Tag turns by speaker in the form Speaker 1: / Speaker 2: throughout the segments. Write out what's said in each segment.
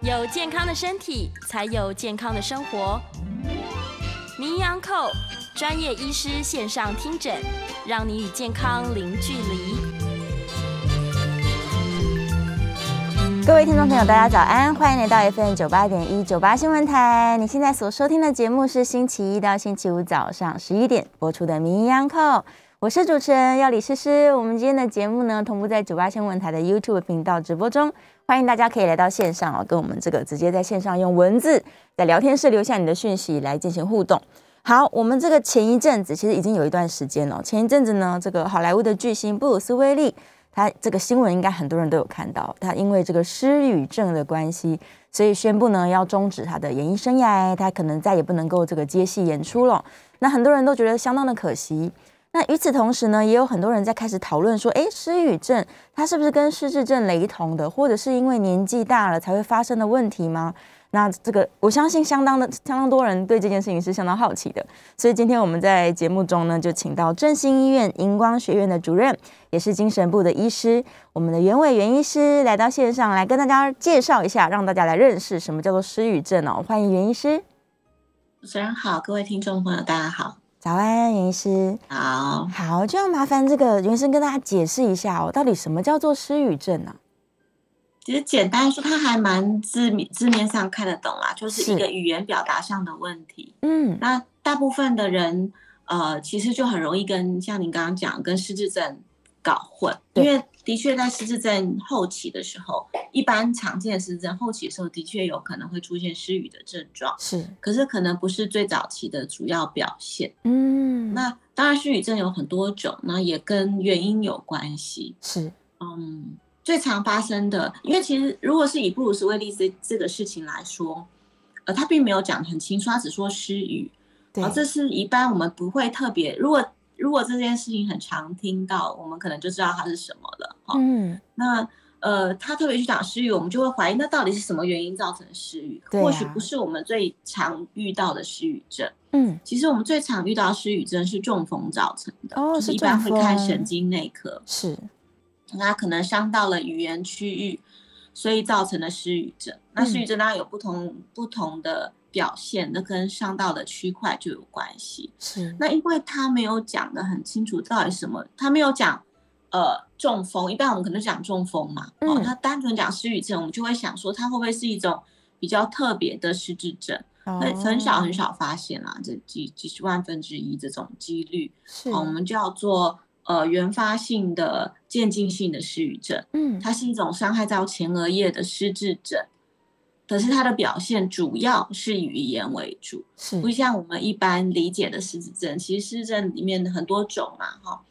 Speaker 1: 有健康的身体，才有健康的生活。名医 Uncle 专业医师线上听诊，让你与健康零距离。
Speaker 2: 各位听众朋友，大家早安，欢迎来到 FM 九八点一九八新闻台。你现在所收听的节目是星期一到星期五早上十一点播出的《名医央叩》，我是主持人要李诗诗。我们今天的节目呢，同步在九八新闻台的 YouTube 频道直播中，欢迎大家可以来到线上哦，跟我们这个直接在线上用文字在聊天室留下你的讯息来进行互动。好，我们这个前一阵子其实已经有一段时间了，前一阵子呢，这个好莱坞的巨星布鲁斯威利。他这个新闻应该很多人都有看到，他因为这个失语症的关系，所以宣布呢要终止他的演艺生涯，他可能再也不能够这个接戏演出了。那很多人都觉得相当的可惜。那与此同时呢，也有很多人在开始讨论说，诶，失语症它是不是跟失智症雷同的，或者是因为年纪大了才会发生的问题吗？那这个我相信相当的相当多人对这件事情是相当好奇的，所以今天我们在节目中呢，就请到振兴医院荧光学院的主任，也是精神部的医师，我们的袁伟袁医师来到线上来跟大家介绍一下，让大家来认识什么叫做失语症哦。欢迎袁医师，
Speaker 3: 主持人好，各位听众朋友大家好，
Speaker 2: 早安，袁医师。
Speaker 3: 好，
Speaker 2: 好，就要麻烦这个袁医生跟大家解释一下哦，到底什么叫做失语症啊？
Speaker 3: 其实简单说，它还蛮字面字面上看得懂啦，就是
Speaker 2: 是
Speaker 3: 一个语言表达上的问题。
Speaker 2: 嗯，
Speaker 3: 那大部分的人，呃，其实就很容易跟像您刚刚讲，跟失智症搞混，因
Speaker 2: 对
Speaker 3: 为的确在失智症后期的时候，一般常见的失智症后期的时候，的确有可能会出现失语的症状，
Speaker 2: 是，
Speaker 3: 可是可能不是最早期的主要表现。
Speaker 2: 嗯，
Speaker 3: 那当然，失语症有很多种，那也跟原因有关系。
Speaker 2: 是，
Speaker 3: 嗯，最常发生的，因为其实如果是以布鲁斯威利斯这个事情来说，呃，他并没有讲得很清楚，他只说失语，
Speaker 2: 对
Speaker 3: 然，后这是一般我们不会特别，如果如果这件事情很常听到，我们可能就知道它是什么了哈、
Speaker 2: 嗯，
Speaker 3: 那呃，他特别去讲失语，我们就会怀疑那到底是什么原因造成失语？
Speaker 2: 对
Speaker 3: 或许
Speaker 2: 啊
Speaker 3: 不是我们最常遇到的失语症。
Speaker 2: 嗯，
Speaker 3: 其实我们最常遇到失语症是中风造成的，
Speaker 2: 哦
Speaker 3: 就是一般
Speaker 2: 中
Speaker 3: 会看
Speaker 2: 风
Speaker 3: 神经内科。
Speaker 2: 是，
Speaker 3: 那可能伤到了语言区域，所以造成了失语症。那
Speaker 2: 嗯
Speaker 3: 失语症当然有不同、不同的表现，那跟伤到的区块就有关系。
Speaker 2: 是，
Speaker 3: 那因为他没有讲的很清楚到底什么，他没有讲呃中风，一般我们可能讲中风嘛，哦
Speaker 2: 嗯，
Speaker 3: 他单纯讲失语症，我们就会想说他会不会是一种比较特别的失智症，很很少很
Speaker 2: 哦，
Speaker 3: 少发现啦，这几几十万分之一这种几率。
Speaker 2: 是，
Speaker 3: 哦，我们叫做呃原发性的渐进性的失语症，
Speaker 2: 嗯，
Speaker 3: 它是一种伤害到前额叶的失智症，可是它的表现主要是以语言为主，
Speaker 2: 是，
Speaker 3: 不像我们一般理解的失智症，其实失智症里面的很多种嘛，哈、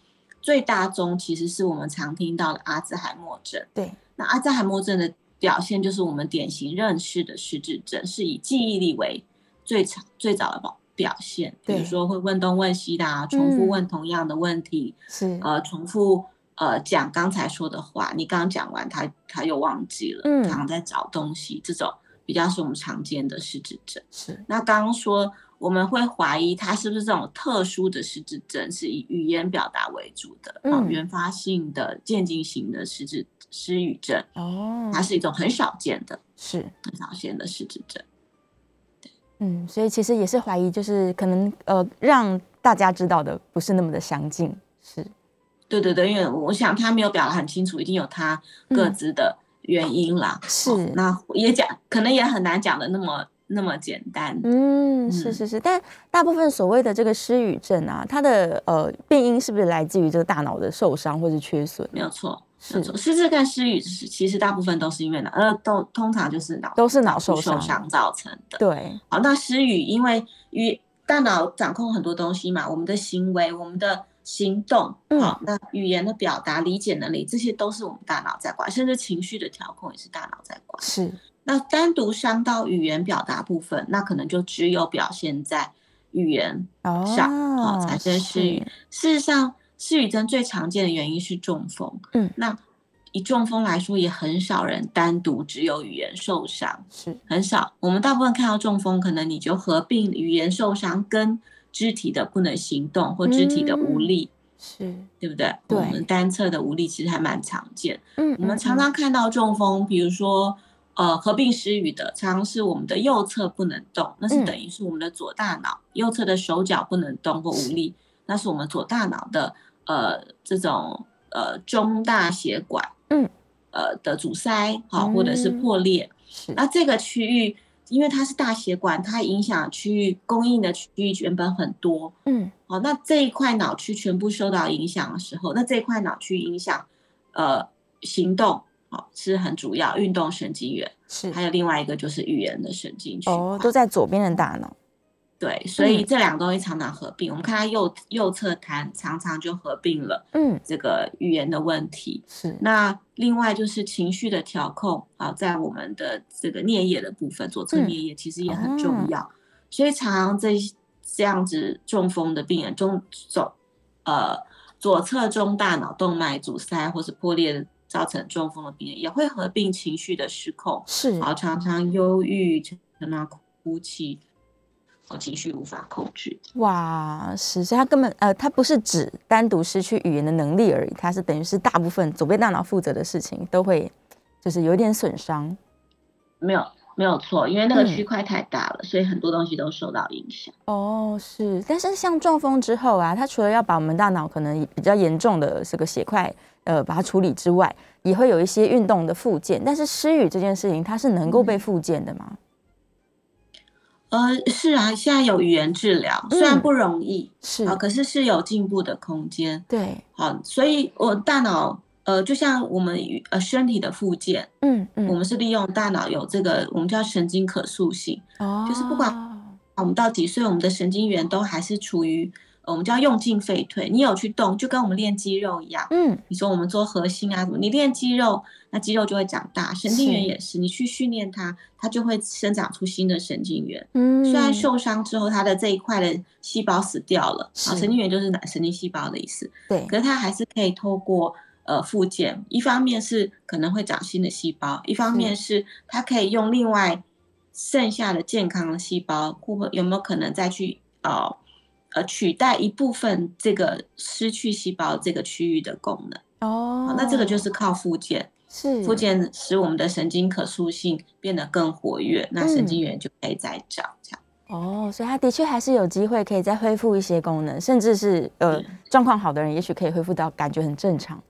Speaker 3: 最大宗其实是我们常听到的阿兹海默症。
Speaker 2: 对，
Speaker 3: 那阿兹海默症的表现就是我们典型认识的失智症，是以记忆力为最早最早的表表现，比
Speaker 2: 对嗯
Speaker 3: 如说会问东问西的、啊，重复问同样的问题，
Speaker 2: 是，
Speaker 3: 呃，重复呃讲刚才说的话，你刚刚讲完他他又忘记了，
Speaker 2: 嗯
Speaker 3: 常常在找东西，这种比较是我们常见的失智症。
Speaker 2: 是，
Speaker 3: 那刚刚说我们会怀疑他是不是这种特殊的失智症，是以语言表达为主的，
Speaker 2: 嗯
Speaker 3: 啊原发性的渐进型的失智失语症，
Speaker 2: 哦，
Speaker 3: 它是一种很少见的、
Speaker 2: 是，
Speaker 3: 很少见的失智症。
Speaker 2: 嗯，所以其实也是怀疑，就是可能呃，让大家知道的不是那么的详尽，是，
Speaker 3: 哦对对对，因为我想他没有表达很清楚，一定有他各
Speaker 2: 嗯
Speaker 3: 自的原因啦。
Speaker 2: 是
Speaker 3: 哦那也讲可能也很难讲的那么那么简单。
Speaker 2: 嗯，是
Speaker 3: 嗯
Speaker 2: 是是，但大部分所谓的这个失语症啊，它的呃病因是不是来自于这个大脑的受伤或是缺损？
Speaker 3: 没有错，没
Speaker 2: 是
Speaker 3: 有，错。失智跟失语是其实大部分都是因为脑，呃，都通常就是脑
Speaker 2: 都是脑
Speaker 3: 受
Speaker 2: 受伤。
Speaker 3: 伤造成的。
Speaker 2: 对，
Speaker 3: 好，那失语因为语大脑掌控很多东西嘛，我们的行为、我们的行动，
Speaker 2: 嗯
Speaker 3: 好，那语言的表达、理解能力，这些都是我们大脑在管，甚至情绪的调控也是大脑在管。
Speaker 2: 是，
Speaker 3: 那单独伤到语言表达部分，那可能就只有表现在语言
Speaker 2: 哦，
Speaker 3: 上啊、产生失语
Speaker 2: 是。
Speaker 3: 事实上，失语症最常见的原因是中风。
Speaker 2: 嗯
Speaker 3: 那以中风来说，也很少人单独只有语言受伤。
Speaker 2: 是，
Speaker 3: 很少。我们大部分看到中风，可能你就合并语言受伤跟肢体的不能行动或肢体的无力，
Speaker 2: 是，
Speaker 3: 对不对？
Speaker 2: 嗯对
Speaker 3: 我们单侧的无力其实还蛮常见。
Speaker 2: 嗯
Speaker 3: 我们常
Speaker 2: 嗯
Speaker 3: 常看到中风，比如说呃合并失语的，常常是我们的右侧不能动，那是
Speaker 2: 嗯
Speaker 3: 等于是我们的左大脑、右侧的手脚不能动或无力，那是我们左大脑的呃这种呃中大血管
Speaker 2: 嗯
Speaker 3: 呃的阻塞好、或者是
Speaker 2: 嗯
Speaker 3: 破裂，
Speaker 2: 是，
Speaker 3: 那这个区域，因为它是大血管，它影响区域供应的区域原本很多，
Speaker 2: 嗯
Speaker 3: 好，那这一块脑区全部受到影响的时候，那这一块脑区影响，呃，行动，好是很主要，运动神经元，
Speaker 2: 是
Speaker 3: 还有另外一个就是语言的神经区块，
Speaker 2: 哦，都在左边的大脑，
Speaker 3: 对，所以这两个东西常常合并。我们看它右右侧瘫常常就合并了
Speaker 2: 嗯
Speaker 3: 这个语言的问题，
Speaker 2: 是，
Speaker 3: 那另外就是情绪的调控啊，在我们的这个颞叶的部分，左侧
Speaker 2: 嗯
Speaker 3: 颞叶其实也
Speaker 2: 哦
Speaker 3: 很重要。所以常常这这样子中风的病人中左呃左侧中大脑动脉阻塞或是破裂造成中风的病人，也会合并情绪的失控，
Speaker 2: 是
Speaker 3: 然后常常忧郁、常常哭泣，哦情绪无法控制。
Speaker 2: 哇，是，所以他根本呃，他不是只单独失去语言的能力而已，他是等于是大部分左边大脑负责的事情都会就是有点损伤，
Speaker 3: 没有没有错，因为那个
Speaker 2: 嗯
Speaker 3: 区块太大了，所以很多东西都受到影响。
Speaker 2: 哦，是，但是像中风之后啊，它除了要把我们大脑可能比较严重的这个血块，呃，把它处理之外，也会有一些运动的复健。但是失语这件事情，它是能够被复健的吗？
Speaker 3: 呃，是啊，现在有语言治疗，虽
Speaker 2: 嗯
Speaker 3: 然不容易
Speaker 2: 是
Speaker 3: 啊、可是是有进步的空间。
Speaker 2: 对，
Speaker 3: 好，所以我大脑呃，就像我们与呃身体的附件，
Speaker 2: 嗯
Speaker 3: 我
Speaker 2: 嗯，
Speaker 3: 们是利用大脑有这个我们叫神经可塑性。
Speaker 2: 哦
Speaker 3: 就是不管我们到几岁，我们的神经元都还是处于呃我们叫用进废退。你有去动，就跟我们练肌肉一样。
Speaker 2: 嗯
Speaker 3: 你说我们做核心啊什么，你练肌肉，那肌肉就会长大，神经元
Speaker 2: 是
Speaker 3: 也是，你去训练它，它就会生长出新的神经元。
Speaker 2: 嗯，
Speaker 3: 虽然受伤之后，它的这一块的细胞死掉了，啊，
Speaker 2: 是
Speaker 3: 神经元就是脑神经细胞的意思，
Speaker 2: 对
Speaker 3: 可是它还是可以透过呃附件，一方面是可能会长新的细胞，一方面是它可以用另外剩下的健康的细胞，或或有没有可能再去呃呃取代一部分这个失去细胞这个区域的功能？
Speaker 2: 哦
Speaker 3: 啊，那这个就是靠附件。
Speaker 2: 是
Speaker 3: 附件使我们的神经可塑性变得更活跃，那神
Speaker 2: 嗯
Speaker 3: 经元就可以再长。这样
Speaker 2: 哦，所以他的确还是有机会可以再恢复一些功能，甚至是呃状况好的人，也许可以恢复到感觉很正常。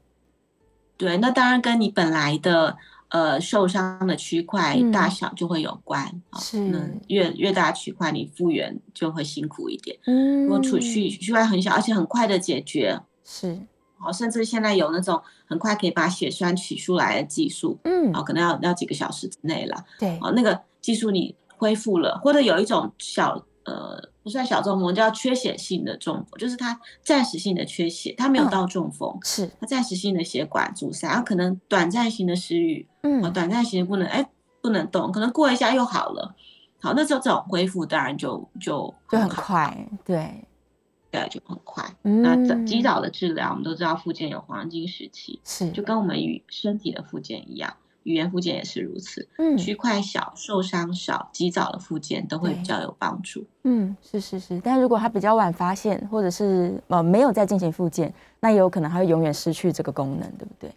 Speaker 3: 对，那当然跟你本来的呃受伤的区块
Speaker 2: 嗯
Speaker 3: 大小就会有关啊。
Speaker 2: 是
Speaker 3: 那越越大区块，你复原就会辛苦一点。
Speaker 2: 嗯
Speaker 3: 如果储蓄区块很小，而且很快的解决，
Speaker 2: 是
Speaker 3: 好，甚至现在有那种很快可以把血栓取出来的技术，
Speaker 2: 嗯
Speaker 3: 啊，可能要要几个小时之内了。
Speaker 2: 对
Speaker 3: 哦，那个技术你恢复了，或者有一种小呃不算小中风，我们叫缺血性的中风，就是它暂时性的缺血，它没有
Speaker 2: 嗯
Speaker 3: 到中风，
Speaker 2: 是
Speaker 3: 它暂时性的血管阻塞，啊它可能短暂性的失语，哦，
Speaker 2: 嗯
Speaker 3: 短暂性的不能哎不能动，可能过一下又好了。好，那这种恢复当然就就
Speaker 2: 就很
Speaker 3: 好，
Speaker 2: 快对
Speaker 3: 对，就很快。那早
Speaker 2: 嗯
Speaker 3: 及早的治疗，我们都知道附件有黄金时期，
Speaker 2: 是
Speaker 3: 就跟我们与身体的附件一样，语言附件也是如此。
Speaker 2: 嗯
Speaker 3: 区块小、受伤少、及早的复健都会比较有帮助。
Speaker 2: 嗯是是是，但如果他比较晚发现，或者是呃没有再进行复健，那也有可能他会永远失去这个功能，对不对？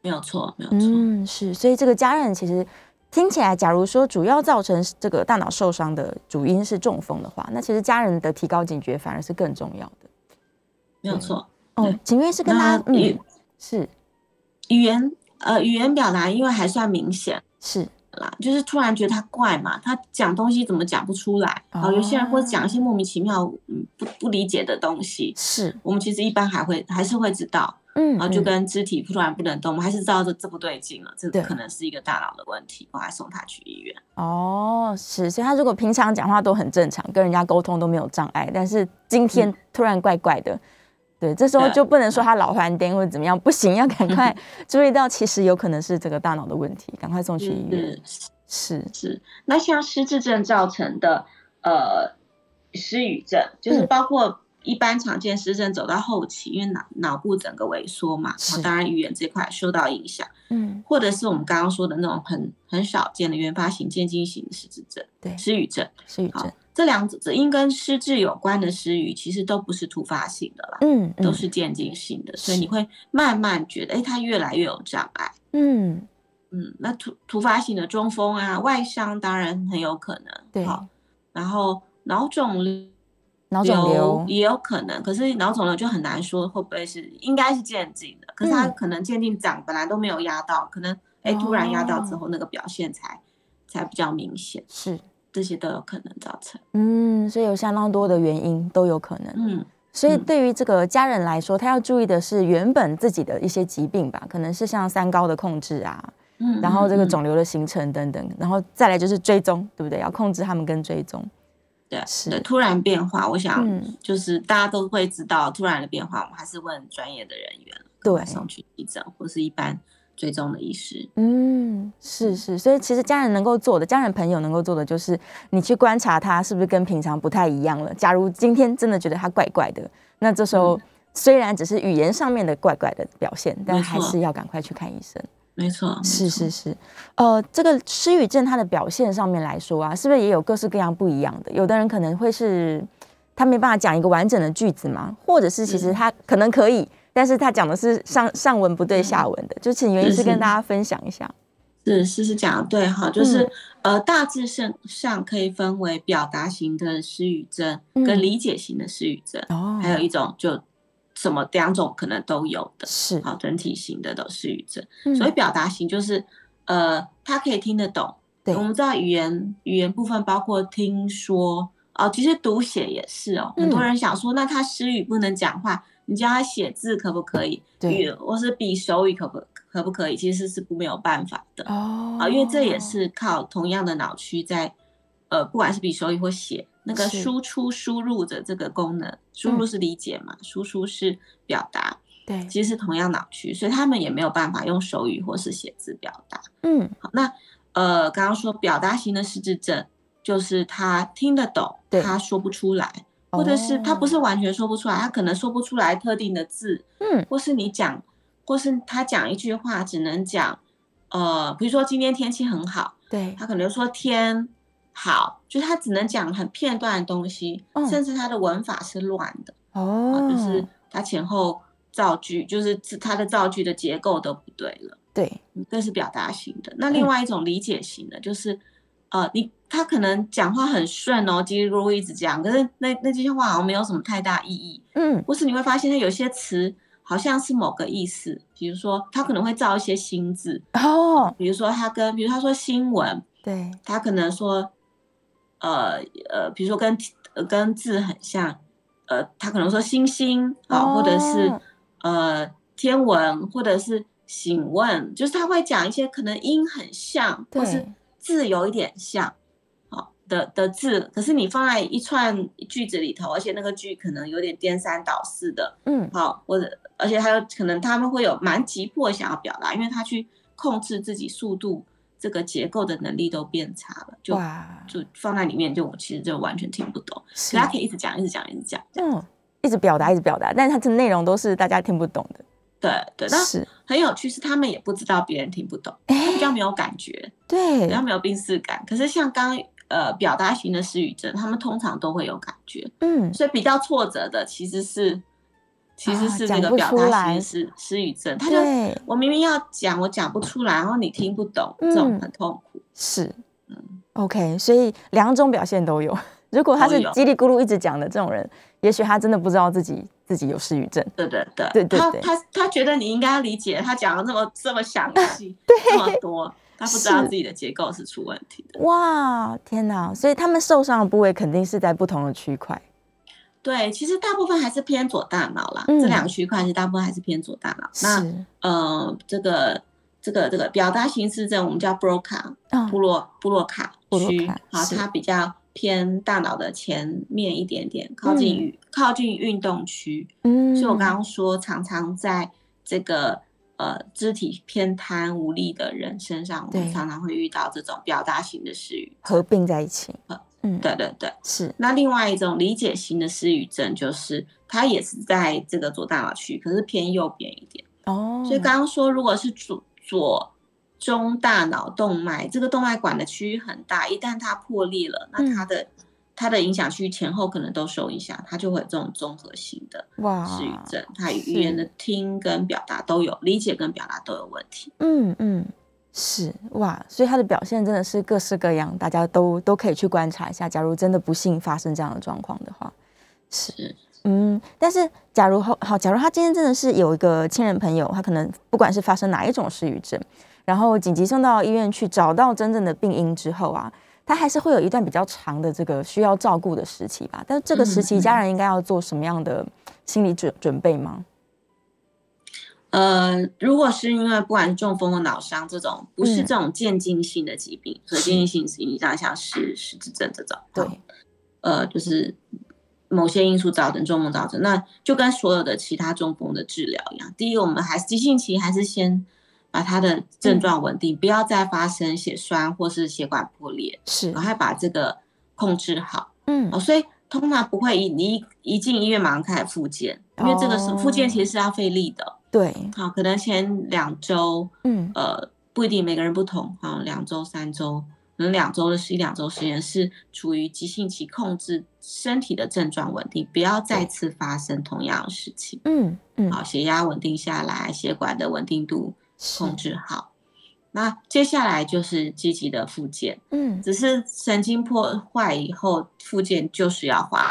Speaker 3: 没有错，没有错。
Speaker 2: 嗯，是，所以这个家人其实听起来，假如说主要造成这个大脑受伤的主因是中风的话，那其实家人的提高警觉反而是更重要的。
Speaker 3: 没有错。
Speaker 2: 哦
Speaker 3: 对，
Speaker 2: 请问是跟
Speaker 3: 那
Speaker 2: 他嗯
Speaker 3: 语
Speaker 2: 是
Speaker 3: 语言呃语言表达，因为还算明显
Speaker 2: 是
Speaker 3: 啦，就是突然觉得他怪嘛，他讲东西怎么讲不出来？
Speaker 2: 哦
Speaker 3: 哦，有些人会讲一些莫名其妙、嗯不不理解的东西。
Speaker 2: 是
Speaker 3: 我们其实一般还会还是会知道，
Speaker 2: 嗯
Speaker 3: 然啊后就
Speaker 2: 嗯
Speaker 3: 跟肢体突然不能动，我们还是知道这这不对劲了，这
Speaker 2: 对
Speaker 3: 可能是一个大脑的问题，我还送他去医院。
Speaker 2: 哦，是，所以他如果平常讲话都很正常，跟人家沟通都没有障碍，但是今天突然怪怪的，对，这时候
Speaker 3: 嗯对啊
Speaker 2: 就不能说他老还颠或者怎么样，不行，要赶 快注意到，其实有可能是这个大脑的问题，赶快送去医院。
Speaker 3: 嗯，
Speaker 2: 是，
Speaker 3: 是，那像失智症造成的呃失语症，就是
Speaker 2: 嗯
Speaker 3: 包括一般常见失智症走到后期，因为脑脑部整个萎缩嘛，
Speaker 2: 是
Speaker 3: 当然语言这块受到影响，
Speaker 2: 嗯，
Speaker 3: 或者是我们刚刚说的那种很很少见的原发型渐进型的失智症，
Speaker 2: 对
Speaker 3: 失语症，
Speaker 2: 失语症
Speaker 3: 好，这两者因跟失智有关的失语，其实都不是突发性的啦。
Speaker 2: 嗯
Speaker 3: 都
Speaker 2: 嗯
Speaker 3: 是渐进性的，所以
Speaker 2: 是
Speaker 3: 你会慢慢觉得，哎，它越来越有障碍。
Speaker 2: 嗯，
Speaker 3: 嗯，那突突发性的中风啊，外伤当然很有可能，
Speaker 2: 对
Speaker 3: 好，然后脑肿瘤。
Speaker 2: 脑肿瘤，
Speaker 3: 也有可能，可是脑肿瘤就很难说会不会是，应该是渐进的，可是它
Speaker 2: 嗯
Speaker 3: 可能渐进长本来都没有压到，可能哎、突然压到之
Speaker 2: 哦
Speaker 3: 后那个表现才才比较明显，
Speaker 2: 是，
Speaker 3: 这些都有可能造成。
Speaker 2: 嗯，所以有相当多的原因都有可能。
Speaker 3: 嗯，
Speaker 2: 所以
Speaker 3: 嗯
Speaker 2: 对于这个家人来说，他要注意的是原本自己的一些疾病吧，可能是像三高的控制啊，
Speaker 3: 嗯
Speaker 2: 然后这个
Speaker 3: 嗯
Speaker 2: 肿瘤的形成等等，然后再来就是追踪，对不对？要控制他们跟追踪。
Speaker 3: 对
Speaker 2: 是
Speaker 3: 对突然变化，我想
Speaker 2: 嗯
Speaker 3: 就是大家都会知道突然的变化，我们还是问专业的人员，
Speaker 2: 对
Speaker 3: 赶快送去急诊或是一般追踪的医师。
Speaker 2: 嗯，是是，所以其实家人能够做的，家人朋友能够做的，就是你去观察他是不是跟平常不太一样了。假如今天真的觉得他怪怪的，那这时候虽然只是语言上面的怪怪的表现，但
Speaker 3: 嗯没
Speaker 2: 还
Speaker 3: 错
Speaker 2: 是要赶快去看医生。
Speaker 3: 没错，
Speaker 2: 是
Speaker 3: 没错
Speaker 2: 是，是，呃，这个失语症它的表现上面来说啊，是不是也有各式各样不一样的？有的人可能会是他没办法讲一个完整的句子嘛，或者是其实
Speaker 3: 嗯
Speaker 2: 他可能可以，但是他讲的是上上文不对下文的，就请袁医
Speaker 3: 是
Speaker 2: 师跟
Speaker 3: 是
Speaker 2: 大家分享一下。
Speaker 3: 是是是讲的对哈，
Speaker 2: 嗯
Speaker 3: 就是、呃大致上上可以分为表达型的失语症
Speaker 2: 嗯
Speaker 3: 跟理解型的失语症，
Speaker 2: 哦
Speaker 3: 还有一种就什么两种可能都有的，
Speaker 2: 是，
Speaker 3: 好整体型的都失语症。
Speaker 2: 嗯
Speaker 3: 所以表达型就是，呃，他可以听得懂。
Speaker 2: 对
Speaker 3: 我们知道语言语言部分包括听说哦，其实读写也是哦。很多
Speaker 2: 嗯
Speaker 3: 人想说，那他失语不能讲话，你教他写字可不可以？
Speaker 2: 对
Speaker 3: 语或是比手语可不可不可以？其实是不没有办法的啊、
Speaker 2: 哦
Speaker 3: 因为这也是靠同样的脑区在，呃，不管是比手语或写。那个
Speaker 2: 是
Speaker 3: 输出输入的这个功能，输入
Speaker 2: 嗯
Speaker 3: 是理解嘛，输出是表达，
Speaker 2: 对，
Speaker 3: 其实是同样脑区，所以他们也没有办法用手语或是写字表达。
Speaker 2: 嗯
Speaker 3: 好，那呃，刚刚说表达型的失智症，就是他听得懂
Speaker 2: 对，哦
Speaker 3: 他说不出来，或者是他不是完全说不出来，他可能说不出来特定的字，
Speaker 2: 嗯
Speaker 3: 或是你讲，或是他讲一句话只能讲，呃，比如说今天天气很好，
Speaker 2: 对，
Speaker 3: 他可能说天好，就是他只能讲很片段的东西，
Speaker 2: 嗯
Speaker 3: 甚至他的文法是乱的。
Speaker 2: 哦
Speaker 3: 啊，就是它前后造句，就是字它的造句的结构都不对了，
Speaker 2: 对，
Speaker 3: 嗯这是表达型的。那另外一种理解型的，就是呃，你他可能讲话很顺哦，叽里咕噜一直讲，可是那那些话好像没有什么太大意义，
Speaker 2: 嗯
Speaker 3: 或是你会发现它有些词好像是某个意思，比如说他可能会造一些新字，
Speaker 2: 哦
Speaker 3: 比如说他跟比如他说新闻，
Speaker 2: 对，
Speaker 3: 他可能说，呃呃，比如说跟呃跟字很像，呃，他可能说星星啊、或者是
Speaker 2: 哦
Speaker 3: 呃天文，或者是请问，就是他会讲一些可能音很像，或是
Speaker 2: 对
Speaker 3: 字有一点像，好、的的字，可是你放在一串句子里头，而且那个句可能有点颠三倒四的，
Speaker 2: 嗯
Speaker 3: 好，或者而且还有可能他们会有蛮急迫想要表达，因为他去控制自己速度这个结构的能力都变差了，就
Speaker 2: 哇，
Speaker 3: 就放在里面就我其实就完全听不懂，
Speaker 2: 是
Speaker 3: 所以他可以一直讲一直讲一直讲，
Speaker 2: 嗯，一直表达，一直表达，但是它的内容都是大家听不懂的。
Speaker 3: 对对，那
Speaker 2: 是，
Speaker 3: 很有趣是他们也不知道别人听不懂，他比较没有感觉，
Speaker 2: 对
Speaker 3: 比，较没有病视感，可是像刚刚呃表达型的失语症，他们通常都会有感觉，
Speaker 2: 嗯，
Speaker 3: 所以比较挫折的其实是。其实
Speaker 2: 啊
Speaker 3: 是
Speaker 2: 讲
Speaker 3: 这个
Speaker 2: 不
Speaker 3: 表
Speaker 2: 出
Speaker 3: 达型
Speaker 2: 来
Speaker 3: 的失失语症，他就
Speaker 2: 对，
Speaker 3: 我明明要讲，我讲不出来，然后你听不懂，
Speaker 2: 嗯
Speaker 3: 这种很痛苦。
Speaker 2: 是
Speaker 3: 嗯，
Speaker 2: OK，所以两种表现都有。 如果他
Speaker 3: 都
Speaker 2: 是
Speaker 3: 有
Speaker 2: 叽里咕噜一直讲的这种人，也许他真的不知道自己自己有失语症。
Speaker 3: 对对对，
Speaker 2: 对对
Speaker 3: 他
Speaker 2: 对
Speaker 3: 他他觉得你应该要理解，他讲的这么这么详细，这么多，他不知道
Speaker 2: 是
Speaker 3: 自己的结构是出问题的。
Speaker 2: 哇，天哪！所以他们受伤的部位肯定是在不同的区块。
Speaker 3: 对，其实大部分还是偏左大脑啦，
Speaker 2: 嗯
Speaker 3: 这两个区块是大部分还是偏左大脑。那
Speaker 2: 是，
Speaker 3: 呃，这个这个这个表达型失症，我们叫 Broca
Speaker 2: 啊
Speaker 3: 部落部落卡
Speaker 2: 布洛
Speaker 3: 区
Speaker 2: 卡，
Speaker 3: 好，
Speaker 2: 是
Speaker 3: 它比较偏大脑的前面一点点，靠近
Speaker 2: 嗯
Speaker 3: 运靠近运动区。
Speaker 2: 嗯
Speaker 3: 所以我刚刚说，常常在这个呃肢体偏瘫无力的人身上，我
Speaker 2: 对
Speaker 3: 们常常会遇到这种表达型的失语。
Speaker 2: 合并在一起
Speaker 3: 呃。
Speaker 2: 嗯，
Speaker 3: 对，对对。
Speaker 2: 是，
Speaker 3: 那另外一种理解型的失语症，就是它也是在这个左大脑区，可是偏右边一点。
Speaker 2: 哦，
Speaker 3: 所以刚刚说，如果是左左中大脑动脉，这个动脉管的区域很大，一旦它破裂了，那
Speaker 2: 嗯
Speaker 3: 它的、它的影响区域前后可能都受影响，它就会有这种综合性的
Speaker 2: 哇，
Speaker 3: 失语症，他
Speaker 2: 啊是
Speaker 3: 语言的听跟表达都有，理解跟表达都有问题。
Speaker 2: 嗯嗯，是哇，所以它的表现真的是各式各样，大家都都可以去观察一下。假如真的不幸发生这样的状况的话，是
Speaker 3: 是
Speaker 2: 嗯，但是假如后好，假如他今天真的是有一个亲人朋友，他可能不管是发生哪一种失语症，然后紧急送到医院去找到真正的病因之后啊，他还是会有一段比较长的这个需要照顾的时期吧。但是这个时期，
Speaker 3: 嗯嗯
Speaker 2: 家人应该要做什么样的心理准准备吗？
Speaker 3: 呃，如果是因为不管中风或脑伤这种，不
Speaker 2: 嗯
Speaker 3: 是这种渐进性的疾病，所以渐进性疾病像像是失智症这种，
Speaker 2: 对，
Speaker 3: 呃，就是某些因素造成中风造成，那就跟所有的其他中风的治疗一样，第一，我们还是急性期还是先把它的
Speaker 2: 嗯
Speaker 3: 症状稳定，不要再发生血栓或是血管破裂，
Speaker 2: 是
Speaker 3: 赶，快把这个控制好。
Speaker 2: 嗯
Speaker 3: 哦，所以通常不会一你一一进医院马上开始复健，因为这个是复健其实是要费力的。
Speaker 2: 对，
Speaker 3: 好、可能前两周，
Speaker 2: 嗯
Speaker 3: 呃，不一定每个人不同，好、两周、三周，可能两周的是一两周时间是处于急性期，控制身体的症状稳定，不要再次发生同样的事情。
Speaker 2: 嗯嗯，
Speaker 3: 好、血压稳定下来，血管的稳定度
Speaker 2: 是
Speaker 3: 控制好。那接下来就是积极的复健，
Speaker 2: 嗯
Speaker 3: 只是神经破坏以后，复健就是要花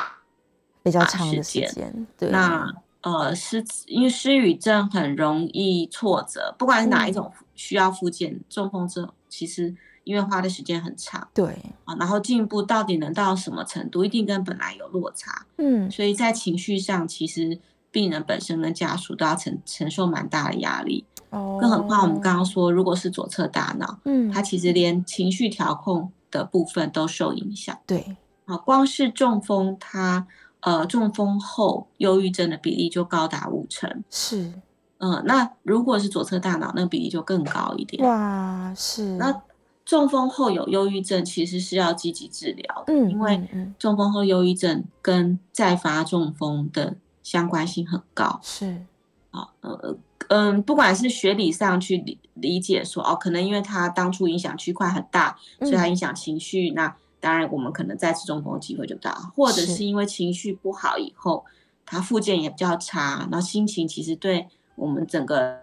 Speaker 2: 比较
Speaker 3: 啊
Speaker 2: 长
Speaker 3: 时
Speaker 2: 的时
Speaker 3: 间
Speaker 2: 间，对，
Speaker 3: 那呃，失因为失语症很容易挫折，不管是哪一种需要复健，中风之后，其实因为花的时间很长
Speaker 2: 对，
Speaker 3: 啊，然后进步到底能到什么程度，一定跟本来有落差，
Speaker 2: 嗯
Speaker 3: 所以在情绪上，其实病人本身跟家属都要承承受蛮大的压力。
Speaker 2: 哦，
Speaker 3: 更何况我们刚刚说，如果是左侧大脑，
Speaker 2: 嗯，
Speaker 3: 它其实连情绪调控的部分都受影响。
Speaker 2: 对，
Speaker 3: 啊，光是中风，它呃中风后忧郁症的比例就高达五成。
Speaker 2: 是
Speaker 3: 嗯、那如果是左侧大脑，那比例就更高一点。
Speaker 2: 哇，是
Speaker 3: 那中风后有忧郁症，其实是要积极治疗的，
Speaker 2: 嗯，
Speaker 3: 因为
Speaker 2: 嗯嗯
Speaker 3: 中风后忧郁症跟再发中风的相关性很高。
Speaker 2: 是
Speaker 3: 呃嗯，不管是学理上去理理解说，哦，可能因为他当初影响区块很大，所以它
Speaker 2: 嗯
Speaker 3: 影响情绪，那当然我们可能再次中风的机会就大，或者
Speaker 2: 是
Speaker 3: 是因为情绪不好以后，他复健也比较差，然后心情其实对我们整个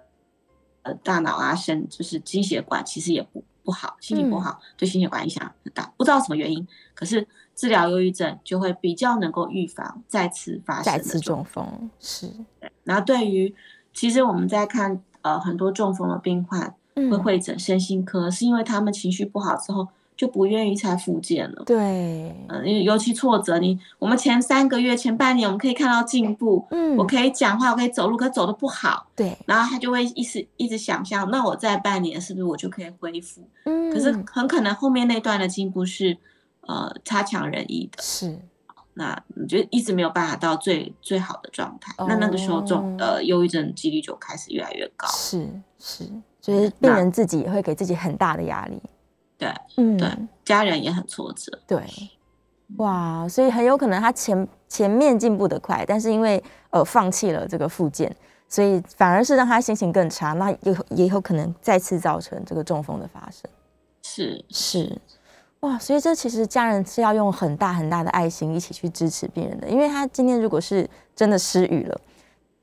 Speaker 3: 呃大脑啊、身就是心血管其实也不不好，心情不
Speaker 2: 嗯
Speaker 3: 好、对心血管影响很大，不知道什么原因，可是治疗忧郁症就会比较能够预防再次发生
Speaker 2: 再
Speaker 3: 的
Speaker 2: 次
Speaker 3: 状
Speaker 2: 中风是
Speaker 3: 然后对于，其实我们在看呃很多中风的病患会
Speaker 2: 嗯
Speaker 3: 会诊身心科，是因为他们情绪不好之后就不愿意才复健了。
Speaker 2: 对
Speaker 3: 嗯，因为尤其挫折，你我们前三个月、前半年我们可以看到进步，
Speaker 2: 嗯
Speaker 3: 我可以讲话，我可以走路，可走的不好，
Speaker 2: 对
Speaker 3: 然后他就会一直一直想象，那我在半年是不是我就可以恢复？
Speaker 2: 嗯
Speaker 3: 可是很可能后面那段的进步是呃差强人意的。
Speaker 2: 是
Speaker 3: 那你就一直没有办法到最最好的状态，那那个时候
Speaker 2: 哦
Speaker 3: 中呃忧郁症的几率就开始越来越高。
Speaker 2: 是是，就是病
Speaker 3: 那
Speaker 2: 人自己也会给自己很大的压力，
Speaker 3: 对
Speaker 2: 嗯
Speaker 3: 对，家人也很挫折。
Speaker 2: 对，哇，所以很有可能他前前面进步的快，但是因为呃放弃了这个复健，所以反而是让他心情更差，那也有也有可能再次造成这个中风的发生。
Speaker 3: 是
Speaker 2: 是，哇，所以这其实家人是要用很大很大的爱心一起去支持病人的，因为他今天如果是真的失语了。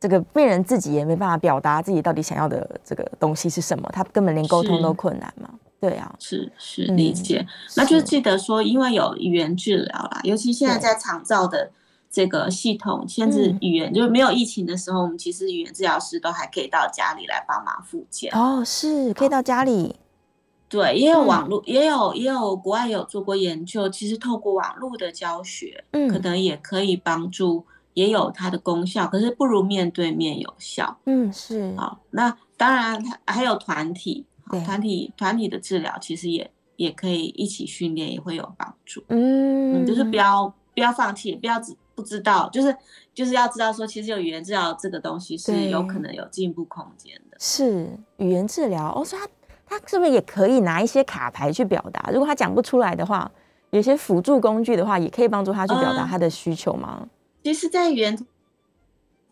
Speaker 2: 这个病人自己也没办法表达自己到底想要的这个东西是什么，他根本连沟通
Speaker 3: 是
Speaker 2: 都困难嘛。对啊，
Speaker 3: 是是，
Speaker 2: 嗯
Speaker 3: 理解。那就是记得说，因为有语言治疗啦，尤其现在
Speaker 2: 对
Speaker 3: 在长照的这个系统限制
Speaker 2: 嗯
Speaker 3: 语言，就是没有疫情的时候，我们其实语言治疗师都还可以到家里来帮忙复健。
Speaker 2: 哦，是可以到家里，
Speaker 3: 对，也有
Speaker 2: 嗯
Speaker 3: 网络，也有也有国外有做过研究，其实透过网络的教学，
Speaker 2: 嗯
Speaker 3: 可能也可以帮助，也有它的功效，可是不如面对面有效。
Speaker 2: 嗯，是，
Speaker 3: 好，那当然它还有团体，好
Speaker 2: 对
Speaker 3: 团体团体的治疗其实也也可以一起训练，也会有帮助。
Speaker 2: 嗯
Speaker 3: 嗯，就是不要不要放弃，不要只不知道，就是就是要知道说，其实有语言治疗这个东西是有可
Speaker 2: 对
Speaker 3: 能有进步空间的。
Speaker 2: 是语言治疗哦，所以他他是不是也可以拿一些卡牌去表达？如果他讲不出来的话，有一些辅助工具的话，也可以帮助他去表达
Speaker 3: 嗯
Speaker 2: 他的需求吗？
Speaker 3: 其实，在语言，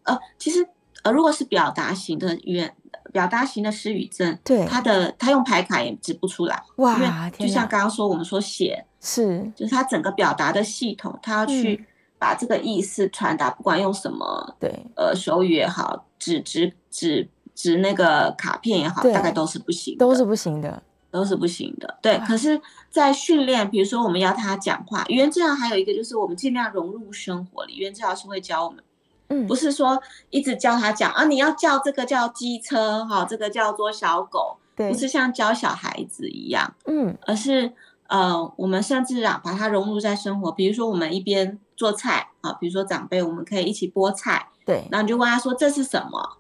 Speaker 3: 呃，其实呃，如果是表达型的语言，表达型的失语症，
Speaker 2: 对
Speaker 3: 他的他用牌卡也指不出来，因为
Speaker 2: 哇，
Speaker 3: 就
Speaker 2: 天
Speaker 3: 像
Speaker 2: 哪，
Speaker 3: 刚刚说，我们说写，
Speaker 2: 是
Speaker 3: 就是他整个表达的系统，他要
Speaker 2: 嗯
Speaker 3: 去把这个意思传达，不管用什么
Speaker 2: 对，
Speaker 3: 呃手语也好，指指指指那个卡片也好，
Speaker 2: 对
Speaker 3: 大概都是不行的，
Speaker 2: 都是不行的，
Speaker 3: 都是不行的。对，可是，在训练，比如说我们要他讲话，语言治疗还有一个就是我们尽量融入生活里，语言治疗师会教我们，
Speaker 2: 嗯
Speaker 3: 不是说一直教他讲啊，你要叫这个叫机车哈、这个叫做小狗，
Speaker 2: 对
Speaker 3: 不，是像教小孩子一样，
Speaker 2: 嗯
Speaker 3: 而是呃，我们甚至啊把它融入在生活，比如说我们一边做菜啊，比如说长辈我们可以一起剥菜。
Speaker 2: 对，
Speaker 3: 然后你就问他说这是什么，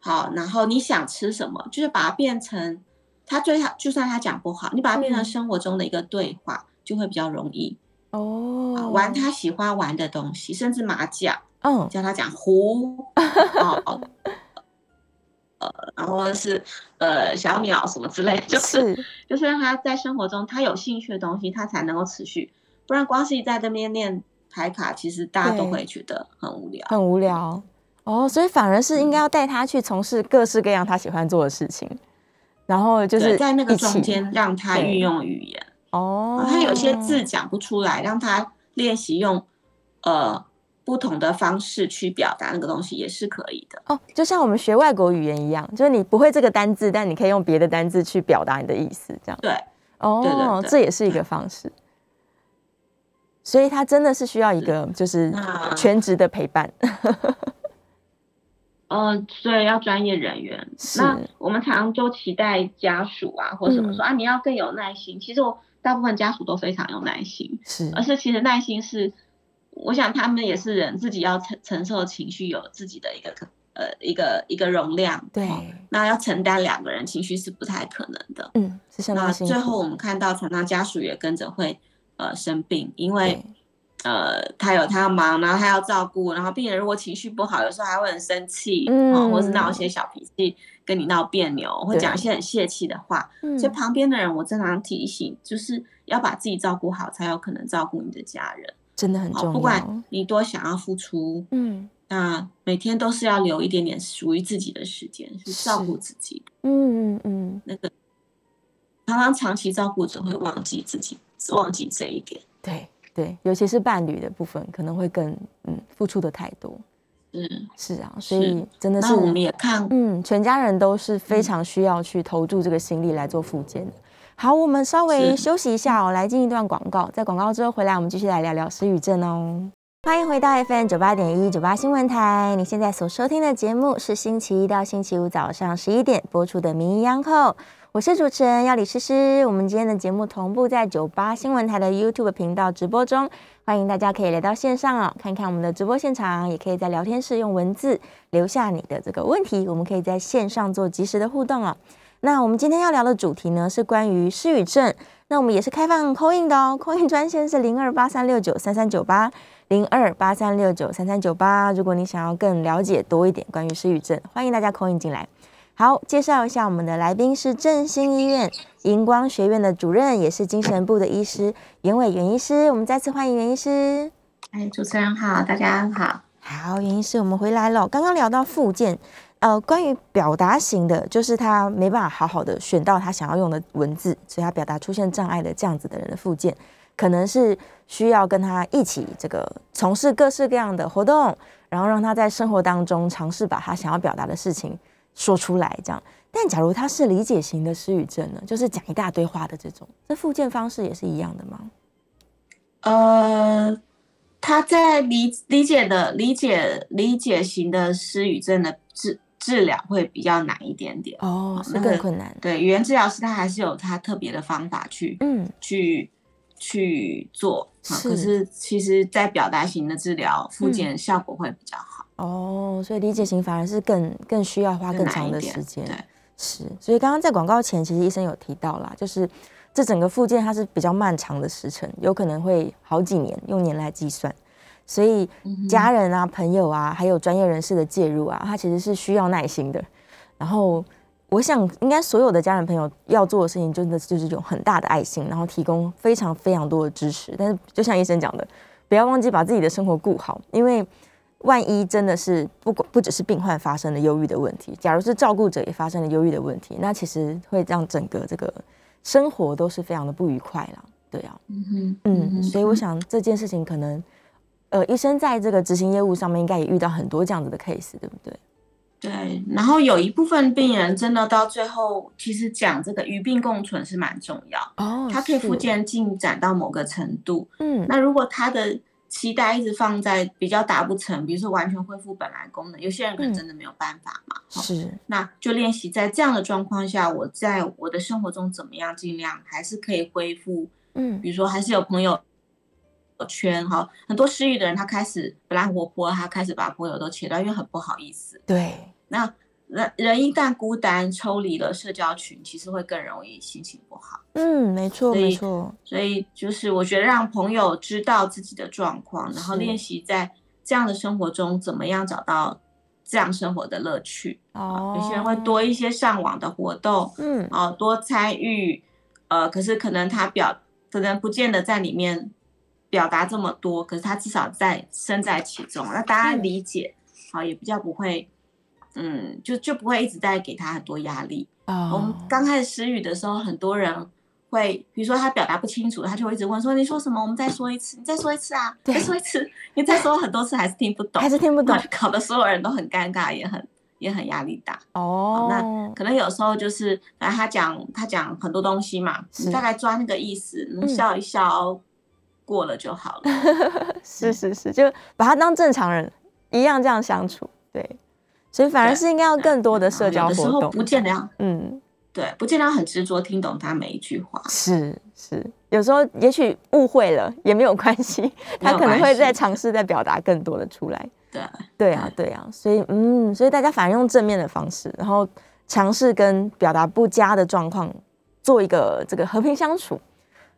Speaker 3: 好，然后你想吃什么，就是把它变成他对他，就算他讲不好，你把它变成
Speaker 2: 嗯
Speaker 3: 生活中的一个对话，就会比较容易、啊
Speaker 2: 哦，
Speaker 3: 玩他喜欢玩的东西，甚至麻将，
Speaker 2: 嗯
Speaker 3: 教他讲 胡，哦，呃，然后是呃小鸟什么之类，就是
Speaker 2: 是
Speaker 3: 就是让他在生活中他有兴趣的东西，他才能够持续，不然光是在那边练牌卡，其实大家都
Speaker 2: 对
Speaker 3: 会觉得很无聊。
Speaker 2: 很无聊哦，所以反而是
Speaker 3: 嗯
Speaker 2: 应该要带他去从事各式各样他喜欢做的事情，然后就
Speaker 3: 对
Speaker 2: 是
Speaker 3: 在那个
Speaker 2: 一起
Speaker 3: 中间让他
Speaker 2: 对
Speaker 3: 运用语言，
Speaker 2: 哦，
Speaker 3: 他有些字讲不出来，让他练习用呃不同的方式去表达那个东西也是可以的。
Speaker 2: 哦，就像我们学外国语言一样，就是你不会这个单字，但你可以用别的单字去表达你的意思，这样。
Speaker 3: 对，
Speaker 2: 哦，
Speaker 3: 对对对
Speaker 2: 这也是一个方式。所以他真的是需要一个就是
Speaker 3: 那
Speaker 2: 全职的陪伴，
Speaker 3: 嗯、所以要专业人员。
Speaker 2: 是
Speaker 3: 那我们常常就期待家属啊或什么
Speaker 2: 嗯
Speaker 3: 说、啊，你要更有耐心。其实我大部分家属都非常有耐心，
Speaker 2: 是
Speaker 3: 而是其实耐心是，我想他们也是人，自己要承承受情绪，有自己的一个呃一个一个容量。
Speaker 2: 对，
Speaker 3: 哦那要承担两个人情绪是不太可能的。
Speaker 2: 嗯，是相
Speaker 3: 那
Speaker 2: 当辛
Speaker 3: 最后
Speaker 2: 苦，
Speaker 3: 我们看到常常家属也跟着会呃生病，因
Speaker 2: 对
Speaker 3: 为，呃他有他忙，然后他要照顾，然后病人如果情绪不好，有时候还会很生气，
Speaker 2: 嗯
Speaker 3: 啊或是闹一些小脾气，跟你闹别扭，或
Speaker 2: 对
Speaker 3: 讲一些很泄气的话。
Speaker 2: 嗯
Speaker 3: 所以旁边的人，我经常提醒，就是要把自己照顾好，才有可能照顾你的家人。
Speaker 2: 真的很
Speaker 3: 好，
Speaker 2: 重
Speaker 3: 不
Speaker 2: 要
Speaker 3: 管，你多想要付出，
Speaker 2: 嗯
Speaker 3: 那每天都是要留一点点属于自己的时间，去照
Speaker 2: 是
Speaker 3: 顾自己的。
Speaker 2: 嗯嗯嗯，
Speaker 3: 常常长期照顾者会忘记自己，忘记这一点。
Speaker 2: 对对，尤其是伴侣的部分，可能会更嗯付出的太多，
Speaker 3: 嗯，
Speaker 2: 是啊，所以真的是
Speaker 3: 那我们也嗯看，
Speaker 2: 嗯，全家人都是非常需要去投注这个心力来做复健的。好，我们稍微
Speaker 3: 是
Speaker 2: 休息一下哦，来进一段广告，在广告之后回来，我们继续来聊聊失语症哦。欢迎回到 FM 九八点一九八新闻台，你现在所收听的节目是星期一到星期五早上十一点播出的《名医央叩》，我是主持人要李诗诗。我们今天的节目同步在九八新闻台的 YouTube 频道直播中，欢迎大家可以来到线上哦，看看我们的直播现场，也可以在聊天室用文字留下你的这个问题，我们可以在线上做及时的互动哦。那我们今天要聊的主题呢是关于失语症，那我们也是开放 call in 的哦，call in 专线是零二八三六九三三九八零二八三六九三三九八，如果你想要更了解多一点关于失语症，欢迎大家 call in 进来。好，介绍一下我们的来宾是振兴医院荧光学院的主任，也是精神部的医师袁伟袁医师，我们再次欢迎袁医师。
Speaker 3: 哎，主持人好，大家好。
Speaker 2: 好，原因是我们回来了。刚刚聊到附件，呃，关于表达型的，就是他没办法好好的选到他想要用的文字，所以他表达出现障碍的这样子的人的附件，可能是需要跟他一起这个从事各式各样的活动，然后让他在生活当中尝试把他想要表达的事情说出来，这样。但假如他是理解型的失语症呢，就是讲一大堆话的这种，这附件方式也是一样的吗？
Speaker 3: 呃，他在理理解的理解理解型的失语症的治治疗会比较难一点点。
Speaker 2: 哦，是
Speaker 3: 那
Speaker 2: 更
Speaker 3: 个
Speaker 2: 困难。
Speaker 3: 对，语言治疗师他还是有他特别的方法去
Speaker 2: 嗯，
Speaker 3: 去去做。啊
Speaker 2: 是
Speaker 3: 可是其实，在表达型的治疗，复
Speaker 2: 嗯
Speaker 3: 健效果会比较好，
Speaker 2: 哦，所以理解型反而是更更需要花更
Speaker 3: 难
Speaker 2: 长
Speaker 3: 一
Speaker 2: 的
Speaker 3: 点
Speaker 2: 时间。
Speaker 3: 对。
Speaker 2: 是，所以刚刚在广告前，其实医生有提到啦，就是这整个复健它是比较漫长的时程，有可能会好几年，用年来计算。所以
Speaker 3: 嗯哼
Speaker 2: 家人啊、朋友啊，还有专业人士的介入啊，它其实是需要耐心的。然后我想，应该所有的家人朋友要做的事情，真的就是有很大的爱心，然后提供非常非常多的支持。但是就像医生讲的，不要忘记把自己的生活顾好，因为万一真的是不管不只是病患发生了忧郁的问题，假如是照顾者也发生了忧郁的问题，那其实会让整个这个生活都是非常的不愉快啦。对啊，
Speaker 3: 嗯哼，
Speaker 2: 嗯，
Speaker 3: 哼
Speaker 2: 所以我想这件事情可能，呃，医生在这个执行业务上面应该也遇到很多这样子的 case，对不对？
Speaker 3: 对，然后有一部分病人真的到最后，其实讲这个与病共存是蛮重要，
Speaker 2: 哦
Speaker 3: 它可以复
Speaker 2: 是
Speaker 3: 健进展到某个程度。
Speaker 2: 嗯，
Speaker 3: 那如果他的期待一直放在比较达不成，比如说完全恢复本来功能，有些人可能
Speaker 2: 嗯
Speaker 3: 真的没有办法嘛。好
Speaker 2: 是
Speaker 3: 那就练习在这样的状况下，我在我的生活中怎么样尽量还是可以恢复
Speaker 2: 嗯
Speaker 3: 比如说还是有朋友圈哈，很多失语的人，他开始本来很活泼，他开始把朋友都切断，因为很不好意思。
Speaker 2: 对
Speaker 3: 那人人一旦孤单抽离了社交群，其实会更容易心情不好。
Speaker 2: 嗯没错
Speaker 3: 所
Speaker 2: 没
Speaker 3: 以
Speaker 2: 错
Speaker 3: 所以就是我觉得让朋友知道自己的状况，然后
Speaker 2: 是
Speaker 3: 练习在这样的生活中怎么样找到这样生活的乐趣。
Speaker 2: 哦
Speaker 3: 啊有些人会多一些上网的活动，
Speaker 2: 嗯
Speaker 3: 哦，多参与，呃，可是可能他表可能不见得在里面表达这么多，可是他至少在身在其中，那大家
Speaker 2: 嗯
Speaker 3: 理解，好、也比较不会，嗯，就就不会一直在给他很多压力。我们
Speaker 2: 哦
Speaker 3: 刚开始失语的时候，很多人会，比如说他表达不清楚，他就会一直问说：“你说什么？我们再说一次，你再说一次啊，
Speaker 2: 对
Speaker 3: 再说一次。”你再说很多次还是听不懂，
Speaker 2: 还是听不懂
Speaker 3: 然后搞得所有人都很尴尬，也很也很压力大。
Speaker 2: 哦
Speaker 3: 那可能有时候就是，反正他讲他讲很多东西嘛，
Speaker 2: 是
Speaker 3: 你大概抓那个意思，能
Speaker 2: 嗯
Speaker 3: 笑一笑，过了就好了。
Speaker 2: 是是是，就把他当正常人一样这样相处，对，所以反而
Speaker 3: 对
Speaker 2: 是应该要 更多的社
Speaker 3: 然
Speaker 2: 交
Speaker 3: 后有的时
Speaker 2: 活
Speaker 3: 候
Speaker 2: 动，
Speaker 3: 不见得要
Speaker 2: 嗯，
Speaker 3: 对，不见得要很执着听懂他每一句话。
Speaker 2: 是是，有时候也许误会了也没有关 系，他可能会再
Speaker 3: 在
Speaker 2: 尝试再表达更多的出来，
Speaker 3: 对
Speaker 2: 对啊对啊，所以嗯，所以大家反而用正面的方式，然后尝试跟表达不佳的状况做一个这个和平相处，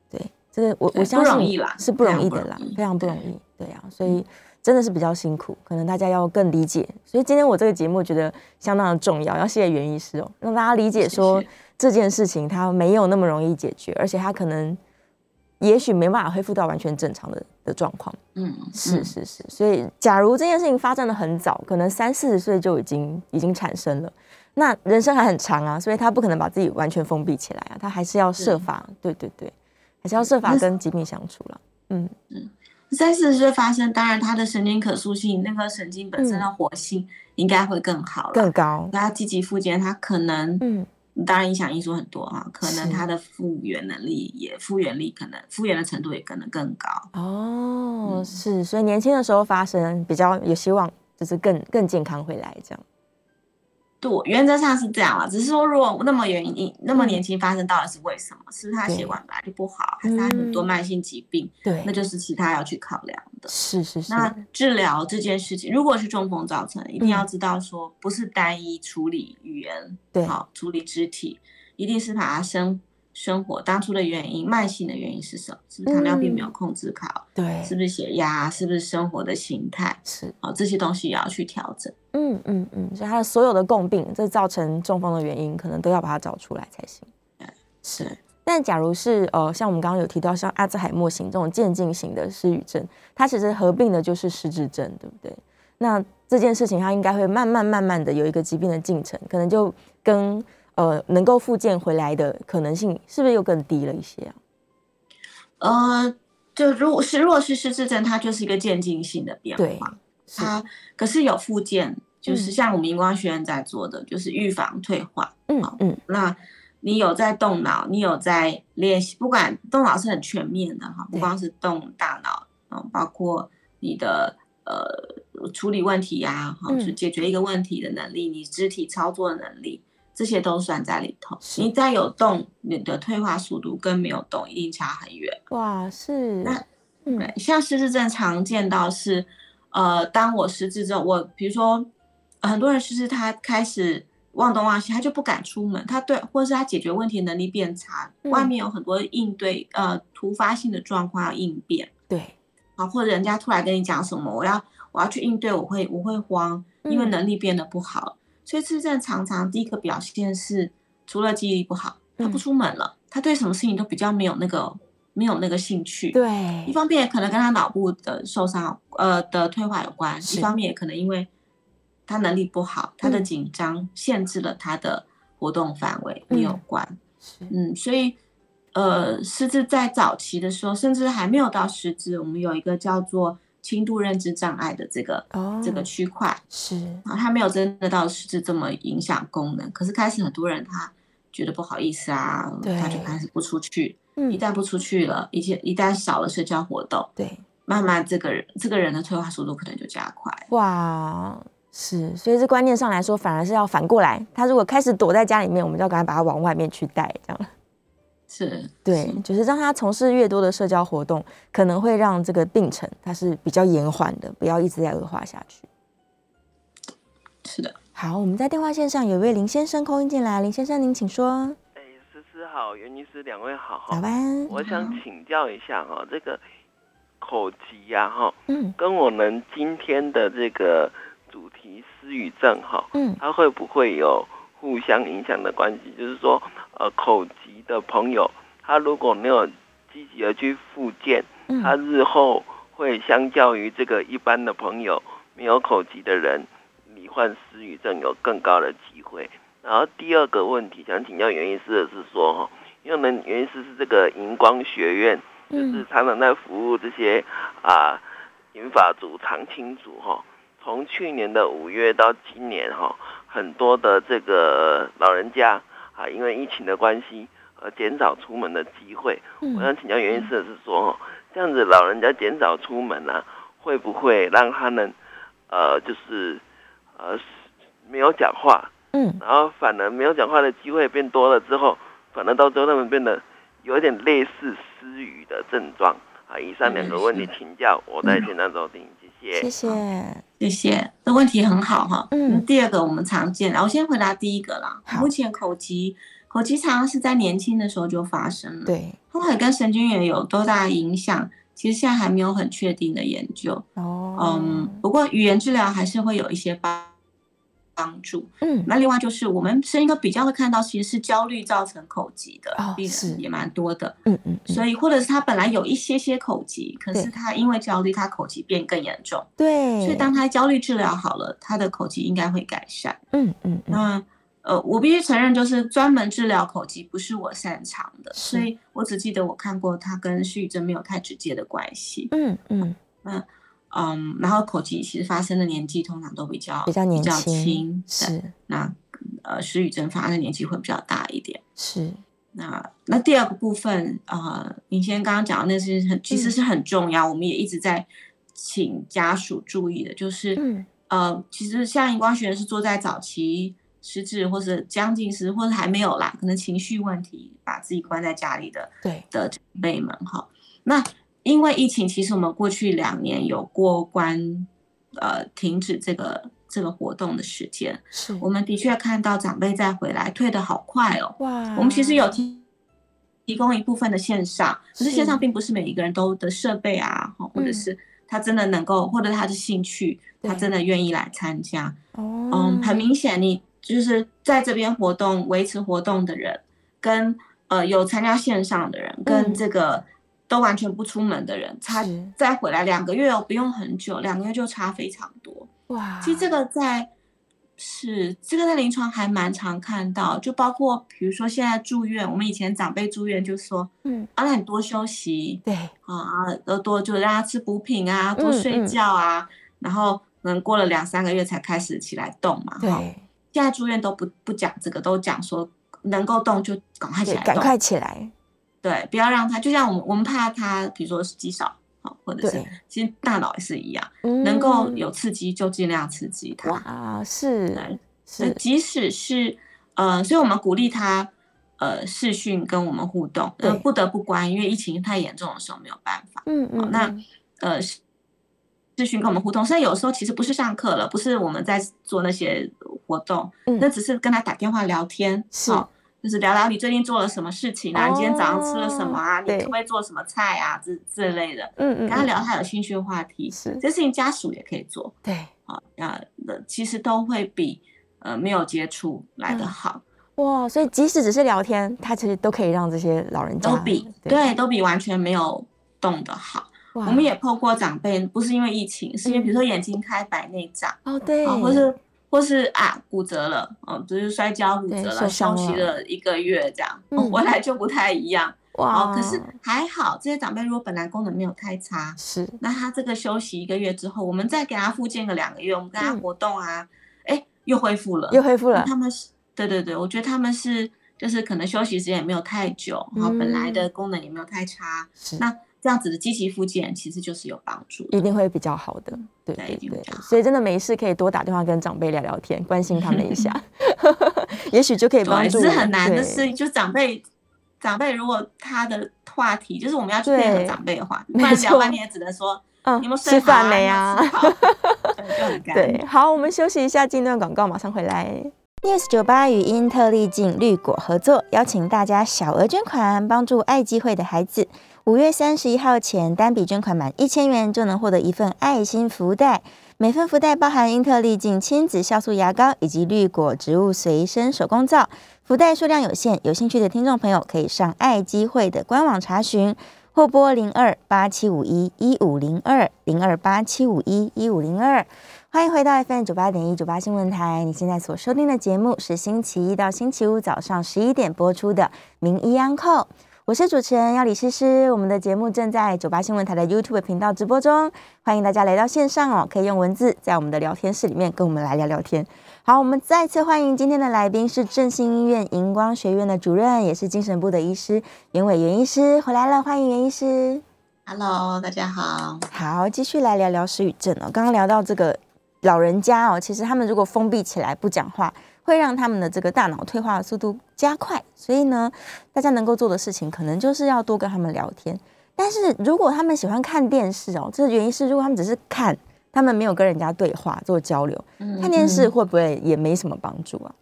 Speaker 2: 对，这个我
Speaker 3: 对
Speaker 2: 我
Speaker 3: 不
Speaker 2: 相信
Speaker 3: 容易啦
Speaker 2: 是不容易
Speaker 3: 非常不
Speaker 2: 的
Speaker 3: 容
Speaker 2: 啦，
Speaker 3: 易
Speaker 2: 非常不
Speaker 3: 对
Speaker 2: 容易，对啊，所以真的是比较辛苦，可能大家要更理解。所以今天我这个节目觉得相当的重要，要谢谢袁医师哦，让大家理解
Speaker 3: 谢谢
Speaker 2: 说这件事情它没有那么容易解决，而且它可能也许没办法恢复到完全正常的的状况。
Speaker 3: 嗯，
Speaker 2: 是
Speaker 3: 嗯
Speaker 2: 是是，所以假如这件事情发展的很早，可能三四十岁就已经已经产生了，那人生还很长啊，所以他不可能把自己完全封闭起来啊，他还是要设
Speaker 3: 对
Speaker 2: 法，对对对，还是要设法
Speaker 3: 那
Speaker 2: 跟疾病相处了。嗯，
Speaker 3: 三四十岁发生，当然他的神经可塑性，那个神经本身的活性应该会更好了。
Speaker 2: 嗯更高，
Speaker 3: 他积极复健，他可能，
Speaker 2: 嗯，
Speaker 3: 当然影响因素很多啊，可能
Speaker 2: 是
Speaker 3: 他的复原能力也复原力可能复原的程度也可能更高。
Speaker 2: 哦，
Speaker 3: 嗯
Speaker 2: 是，所以年轻的时候发生比较有希望，就是更更健康回来这样。
Speaker 3: 对，原则上是这样了，只是说如果那么原因那
Speaker 2: 嗯
Speaker 3: 么年轻发生，到底是为什么？是不是他
Speaker 2: 对
Speaker 3: 血管本来就不好，还是他很多
Speaker 2: 嗯
Speaker 3: 慢性疾病？
Speaker 2: 对
Speaker 3: 那，就是其他要去考量的。
Speaker 2: 是是是，
Speaker 3: 那治疗这件事情，如果是中风造成，一定要知道说，不是单一处理语言，
Speaker 2: 嗯对
Speaker 3: 好处理肢体，一定是把它生生活当初的原因，慢性的原因是什么？是不是糖尿病没有
Speaker 2: 嗯
Speaker 3: 控制好？
Speaker 2: 对，
Speaker 3: 是不是血压？是不是生活的形态？
Speaker 2: 是
Speaker 3: 好，这些东西也要去调整。
Speaker 2: 嗯嗯嗯，所以他的所有的共病，这造成中风的原因，可能都要把它找出来才行
Speaker 3: 对。
Speaker 2: 是
Speaker 3: 对，
Speaker 2: 但假如是呃，像我们刚刚有提到，像阿兹海默型这种渐进型的失语症，它其实合并的就是失智症，对不对？那这件事情它应该会慢慢慢慢的有一个疾病的进程，可能就跟呃能够复健回来的可能性，是不是又更低了一些啊？
Speaker 3: 呃，就如果是如果是失智症，它就是一个渐进性的变
Speaker 2: 对
Speaker 3: 化。
Speaker 2: 是，
Speaker 3: 它可是有附件，就是
Speaker 2: 嗯
Speaker 3: 像我们荧光学院在做的，就是预防退化。
Speaker 2: 嗯
Speaker 3: 好
Speaker 2: 嗯，
Speaker 3: 那你有在动脑，你有在练习，不管动脑是很全面的哈，不
Speaker 2: 对
Speaker 3: 光是动大脑，嗯，包括你的呃处理问题呀、哈，
Speaker 2: 嗯
Speaker 3: 去解决一个问题的能力，你肢体操作的能力，这些都算在里头。
Speaker 2: 是
Speaker 3: 你再有动，你的退化速度跟没有动一定差很远。
Speaker 2: 哇，是，
Speaker 3: 那
Speaker 2: 嗯
Speaker 3: 对，像失智症常见到是，呃，当我失智之后，我比如说呃很多人失智，他开始忘东忘西，他就不敢出门，他对，或是他解决问题能力变差，外
Speaker 2: 嗯
Speaker 3: 面有很多应对呃突发性的状况要应变
Speaker 2: 对，
Speaker 3: 啊，或者人家突然跟你讲什么，我要我要去应对，我会我会慌，因为
Speaker 2: 嗯
Speaker 3: 能力变得不好，所以失智症常常第一个表现是除了记忆力不好，他
Speaker 2: 嗯
Speaker 3: 不出门了，他对什么事情都比较没有那个没有那个兴趣，
Speaker 2: 对
Speaker 3: 一，方面也可能跟他脑部的受伤呃的退化有关，
Speaker 2: 是
Speaker 3: 一方面也可能因为他能力不好，他的
Speaker 2: 嗯
Speaker 3: 紧张限制了他的活动范围也有
Speaker 2: 嗯
Speaker 3: 关。
Speaker 2: 是，
Speaker 3: 嗯，所以呃，失智在早期的时候，甚至还没有到失智，我们有一个叫做轻度认知障碍的这个、
Speaker 2: 哦
Speaker 3: 这个区块，
Speaker 2: 是
Speaker 3: 啊，他没有真的到是这么影响功能。可是开始很多人他觉得不好意思啊，
Speaker 2: 对
Speaker 3: 他就开始不出去。一
Speaker 2: 嗯
Speaker 3: 旦不出去了，一些一旦少了社交活动，
Speaker 2: 对
Speaker 3: 慢慢这个人这个人的退化速度可能就加快。
Speaker 2: 哇是，所以这观念上来说，反而是要反过来，他如果开始躲在家里面，我们就要赶快把他往外面去带，这样
Speaker 3: 是，
Speaker 2: 对，就是让他从事越多的社交活动，可能会让这个病程它是比较延缓的，不要一直在恶化下去。
Speaker 3: 是是的。
Speaker 2: 好，我们在电话线上有一位林先生空音进来，林先生您请说，
Speaker 4: 哎，思思好，袁律师，两位好
Speaker 2: 早
Speaker 4: 哈。
Speaker 2: 安，
Speaker 4: 我想请教一下哈，这个口疾呀、哈，
Speaker 2: 嗯
Speaker 4: 跟我们今天的这个主题失语症哈，
Speaker 2: 嗯
Speaker 4: 它会不会有互相影响的关系？就是说，呃，口疾的朋友，他如果没有积极的去复健，他
Speaker 2: 嗯，
Speaker 4: 日后会相较于这个一般的朋友没有口疾的人，罹患失语症有更高的机会。然后第二个问题想请教袁医师的是说，哈，因为我们袁医师是这个荧光学院，就是
Speaker 2: 嗯
Speaker 4: 常常在服务这些啊银发族、长青族哈。从去年的五月到今年哈，很多的这个老人家啊，因为疫情的关系，呃，减少出门的机会。我
Speaker 2: 嗯
Speaker 4: 想请教原因是是说，哦，这样子老人家减少出门啊，会不会让他们呃就是呃没有讲话，
Speaker 2: 嗯，
Speaker 4: 然后反而没有讲话的机会变多了之后，反而到最后他们变得有点类似失语的症状啊。以上两个问题请教，我在现场收听，谢
Speaker 2: 谢谢，
Speaker 3: 谢谢，这问题很好哈。
Speaker 2: 嗯
Speaker 3: 那第二个我们常见，我先回答第一个啦
Speaker 2: 好。
Speaker 3: 目前口疾，口疾常常是在年轻的时候就发生了，
Speaker 2: 对，
Speaker 3: 它到底跟神经元有多大的影响？其实现在还没有很确定的研究。
Speaker 2: 哦，
Speaker 3: 嗯，不过语言治疗还是会有一些帮帮助。
Speaker 2: 嗯
Speaker 3: 那另外就是我们生一个比较会看到，其实是焦虑造成口疾的
Speaker 2: 哦
Speaker 3: 病
Speaker 2: 是
Speaker 3: 人也蛮多的。
Speaker 2: 嗯嗯，嗯
Speaker 3: 所以或者是他本来有一些些口疾，可
Speaker 2: 对嗯
Speaker 3: 是他因为焦虑，他口疾变更严重。
Speaker 2: 对，
Speaker 3: 所以当他焦虑治疗好了，他的口疾应该会改善。
Speaker 2: 嗯嗯嗯
Speaker 3: 那呃，我必须承认，就是专门治疗口疾不是我擅长的，
Speaker 2: 是
Speaker 3: 所以我只记得我看过它跟失语症没有太直接的关系。
Speaker 2: 嗯嗯，
Speaker 3: 嗯，然后口疾其实发生的年纪通常都比较
Speaker 2: 比较年
Speaker 3: 比较
Speaker 2: 轻
Speaker 3: 轻，对
Speaker 2: 是
Speaker 3: 那呃失语症发生的年纪会比较大一点。
Speaker 2: 是，
Speaker 3: 那那第二个部分，呃，您先刚刚讲的那是很其实是很重要，我们也一直在请家属注意的，就是、
Speaker 2: 嗯
Speaker 3: 呃，其实像荧光学人是坐在早期失智或者将近失智或者还没有啦，可能情绪问题把自己关在家里的
Speaker 2: 对，
Speaker 3: 的长辈们哈。那因为疫情，其实我们过去两年有过关呃停止这个这个活动的时间，
Speaker 2: 是
Speaker 3: 我们的确看到长辈再回来退的好快哦。
Speaker 2: 哇，
Speaker 3: 我们其实有提提供一部分的线上，可是线上
Speaker 2: 是
Speaker 3: 并不是每一个人都的设备啊，哈或者
Speaker 2: 嗯
Speaker 3: 是他真的能够，或者他的兴趣，他
Speaker 2: 对
Speaker 3: 真的愿意来参加。
Speaker 2: 哦，
Speaker 3: 嗯，很明显，你就是在这边活动维持活动的人，跟呃有参加线上的人，
Speaker 2: 嗯
Speaker 3: 跟这个都完全不出门的人，差
Speaker 2: 是
Speaker 3: 再回来两个月哦，不用很久，两个月就差非常多。
Speaker 2: 哇，
Speaker 3: 其实这个在是这个在临床还蛮常看到，就包括比如说现在住院，我们以前长辈住院就说
Speaker 2: 嗯
Speaker 3: 啊，那你多休息
Speaker 2: 对
Speaker 3: 啊啊，多多就让他吃补品啊，多
Speaker 2: 嗯
Speaker 3: 睡
Speaker 2: 嗯
Speaker 3: 觉啊，然后可能过了两三个月才开始起来动嘛。哈，
Speaker 2: 对
Speaker 3: 现在住院都不不讲这个，都讲说能够动就赶快起
Speaker 2: 对，
Speaker 3: 来
Speaker 2: 赶
Speaker 3: 动，
Speaker 2: 快起来，
Speaker 3: 对，不要让他就像我们我们怕他，比如说肌少。啊或者是
Speaker 2: 对，
Speaker 3: 其实大脑也是一样，
Speaker 2: 嗯
Speaker 3: 能够有刺激就尽量刺激他。
Speaker 2: 哇是
Speaker 3: 对那
Speaker 2: 是
Speaker 3: 即使是呃，所以我们鼓励他呃视讯跟我们互动，呃
Speaker 2: 对
Speaker 3: 不得不关，因为疫情太严重的时候没有办法，
Speaker 2: 嗯嗯，
Speaker 3: 那
Speaker 2: 嗯
Speaker 3: 呃视视讯跟我们互动。虽然有时候其实不是上课了，不是我们在做那些活动，
Speaker 2: 嗯
Speaker 3: 那只是跟他打电话聊天，
Speaker 2: 是
Speaker 3: 哦就是聊聊你最近做了什么事情啊，你今天早上吃了什么啊，
Speaker 2: 哦
Speaker 3: 你可不可以做什么菜啊，这这类的，
Speaker 2: 嗯嗯
Speaker 3: 跟他
Speaker 2: 嗯
Speaker 3: 聊他有兴趣的话题，
Speaker 2: 是
Speaker 3: 这事情家属也可以做。
Speaker 2: 对
Speaker 3: 啊，那那其实都会比呃没有接触来
Speaker 2: 嗯
Speaker 3: 得好，
Speaker 2: 哇，所以即使只是聊天，他其实都可以让这些老人家
Speaker 3: 都比对都比完全没有动的好。
Speaker 2: 哇
Speaker 3: 我们也碰过长辈，不是因为疫情，是因为比如说眼睛开白内障
Speaker 2: 哦对，
Speaker 3: 啊，或是或是啊骨折了，哦，就是摔跤骨
Speaker 2: 对
Speaker 3: 折
Speaker 2: 受
Speaker 3: 了，
Speaker 2: 伤
Speaker 3: 休息
Speaker 2: 了
Speaker 3: 了一个月这样，哦
Speaker 2: 嗯
Speaker 3: 回来就不太一样。哦，可是还好，这些长辈如果本来功能没有太差，
Speaker 2: 是
Speaker 3: 那他这个休息一个月之后，我们再给他复健个两个月，我们跟他
Speaker 2: 嗯
Speaker 3: 活动啊，哎、又恢复了。
Speaker 2: 又恢复了
Speaker 3: 嗯那，他们是，对对对，我觉得他们是就是可能休息时间也没有太久，然后本来
Speaker 2: 嗯
Speaker 3: 的功能也没有太差，
Speaker 2: 是
Speaker 3: 那这样子的积极复健其实就是有帮助的。
Speaker 2: 一定会比较好的。对
Speaker 3: 对
Speaker 2: 对
Speaker 3: 一定会
Speaker 2: 对
Speaker 3: 比较，好
Speaker 2: 所以真的没事可以多打电话跟长辈聊聊天，关心他们一 下，也许就可以帮
Speaker 3: 对，
Speaker 2: 助。
Speaker 3: 是很难的
Speaker 2: 对
Speaker 3: 事，情，就长辈。长辈如果他的话题就是我们要去
Speaker 2: 对
Speaker 3: 配合长辈的话题，不
Speaker 2: 没
Speaker 3: 然聊
Speaker 2: 错
Speaker 3: 半天也只 能说
Speaker 2: 嗯
Speaker 3: 你们
Speaker 2: 吃饭没啊？
Speaker 3: 就很干。
Speaker 2: 对，好，我们休息一下，进段广告，马上回来。News 酒吧与因特利镜绿果合作，邀请大家小额捐款，帮助爱机会的孩子。五月三十一号前，单笔捐款满一千元就能获得一份爱心福袋，每份福袋包含英特利镜亲子酵素牙膏以及绿果植物随身手工皂。福袋数量有限，有兴趣的听众朋友可以上爱机会的官网查询，或拨零二八七五一一五零二零二八七五一一五零二。欢迎回到 FM 九八点一九八新闻台，你现在所收听的节目是星期一到星期五早上十一点播出的《名医安扣》，我是主持人要李诗诗。我们的节目正在九八新闻台的 YouTube 频道直播中，欢迎大家来到线上哦，可以用文字在我们的聊天室里面跟我们来聊聊天。好，我们再次欢迎今天的来宾是振兴医院荧光学院的主任，也是精神部的医师袁伟袁医师回来了，欢迎袁医师。
Speaker 3: Hello，大家好。
Speaker 2: 好，继续来聊聊失语症哦。刚刚聊到这个老人家哦，其实他们如果封闭起来不讲话，会让他们的这个大脑退化的速度加快。所以呢，大家能够做的事情，可能就是要多跟他们聊天。但是如果他们喜欢看电视哦，这原因是如果他们只是看，他们没有跟人家对话做交流，
Speaker 3: 嗯
Speaker 2: 看电视
Speaker 3: 嗯
Speaker 2: 会不会也没什么帮助啊？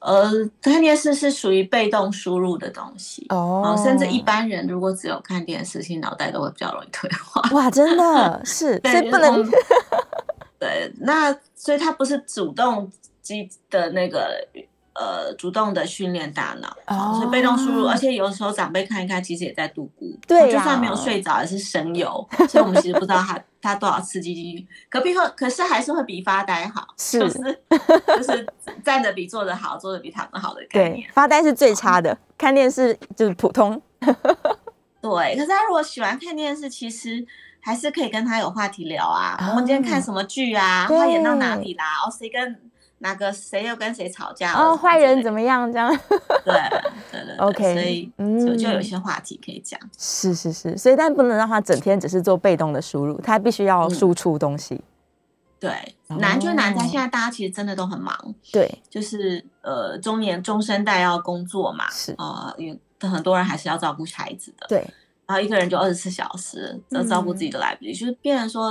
Speaker 3: 呃，看电视是属于被动输入的东西。
Speaker 2: 哦
Speaker 3: 哦，甚至一般人如果只有看电视，其实脑袋都会比较容易退化。
Speaker 2: 哇，真 的是，所
Speaker 3: 对，
Speaker 2: 以不
Speaker 3: 就是我
Speaker 2: 能
Speaker 3: 们对，那所以它不是主动机的那个呃主动的训练大脑，
Speaker 2: 哦
Speaker 3: 所以被动输入，而且有时候长辈看一看，其实也在度孤，
Speaker 2: 对啊呀
Speaker 3: 就算没有睡着也是神游，所以我们其实不知道他他多少刺激进去，可比会可是还是会比发呆好，
Speaker 2: 是
Speaker 3: 就是就是站着比坐着好，坐着比躺着好的概
Speaker 2: 对
Speaker 3: 念。
Speaker 2: 发呆是最差的，看电视就是普通。
Speaker 3: 对，可是他如果喜欢看电视，其实还是可以跟他有话题聊啊。我们今天看什么剧啊？
Speaker 2: 哦对
Speaker 3: 他演到哪里啦？哦，谁跟哪个谁又跟谁吵架了？
Speaker 2: 哦，坏人
Speaker 3: 么
Speaker 2: 怎么样？这样
Speaker 3: 之类 的？对对对对
Speaker 2: OK，
Speaker 3: 所以
Speaker 2: 嗯
Speaker 3: 就就有一些话题可以讲。
Speaker 2: 是是是，所以但不能让他整天只是做被动的输入，他必须要
Speaker 3: 嗯
Speaker 2: 输出东西。
Speaker 3: 对，难就难在
Speaker 2: 哦
Speaker 3: 现在大家其实真的都很忙，
Speaker 2: 对，
Speaker 3: 就是呃中年中生代要工作嘛，
Speaker 2: 是
Speaker 3: 啊、因为很多人还是要照顾孩子的。
Speaker 2: 对，
Speaker 3: 然后一个人就二十四小时，要照顾自
Speaker 2: 嗯
Speaker 3: 己都来不及，就是变成说，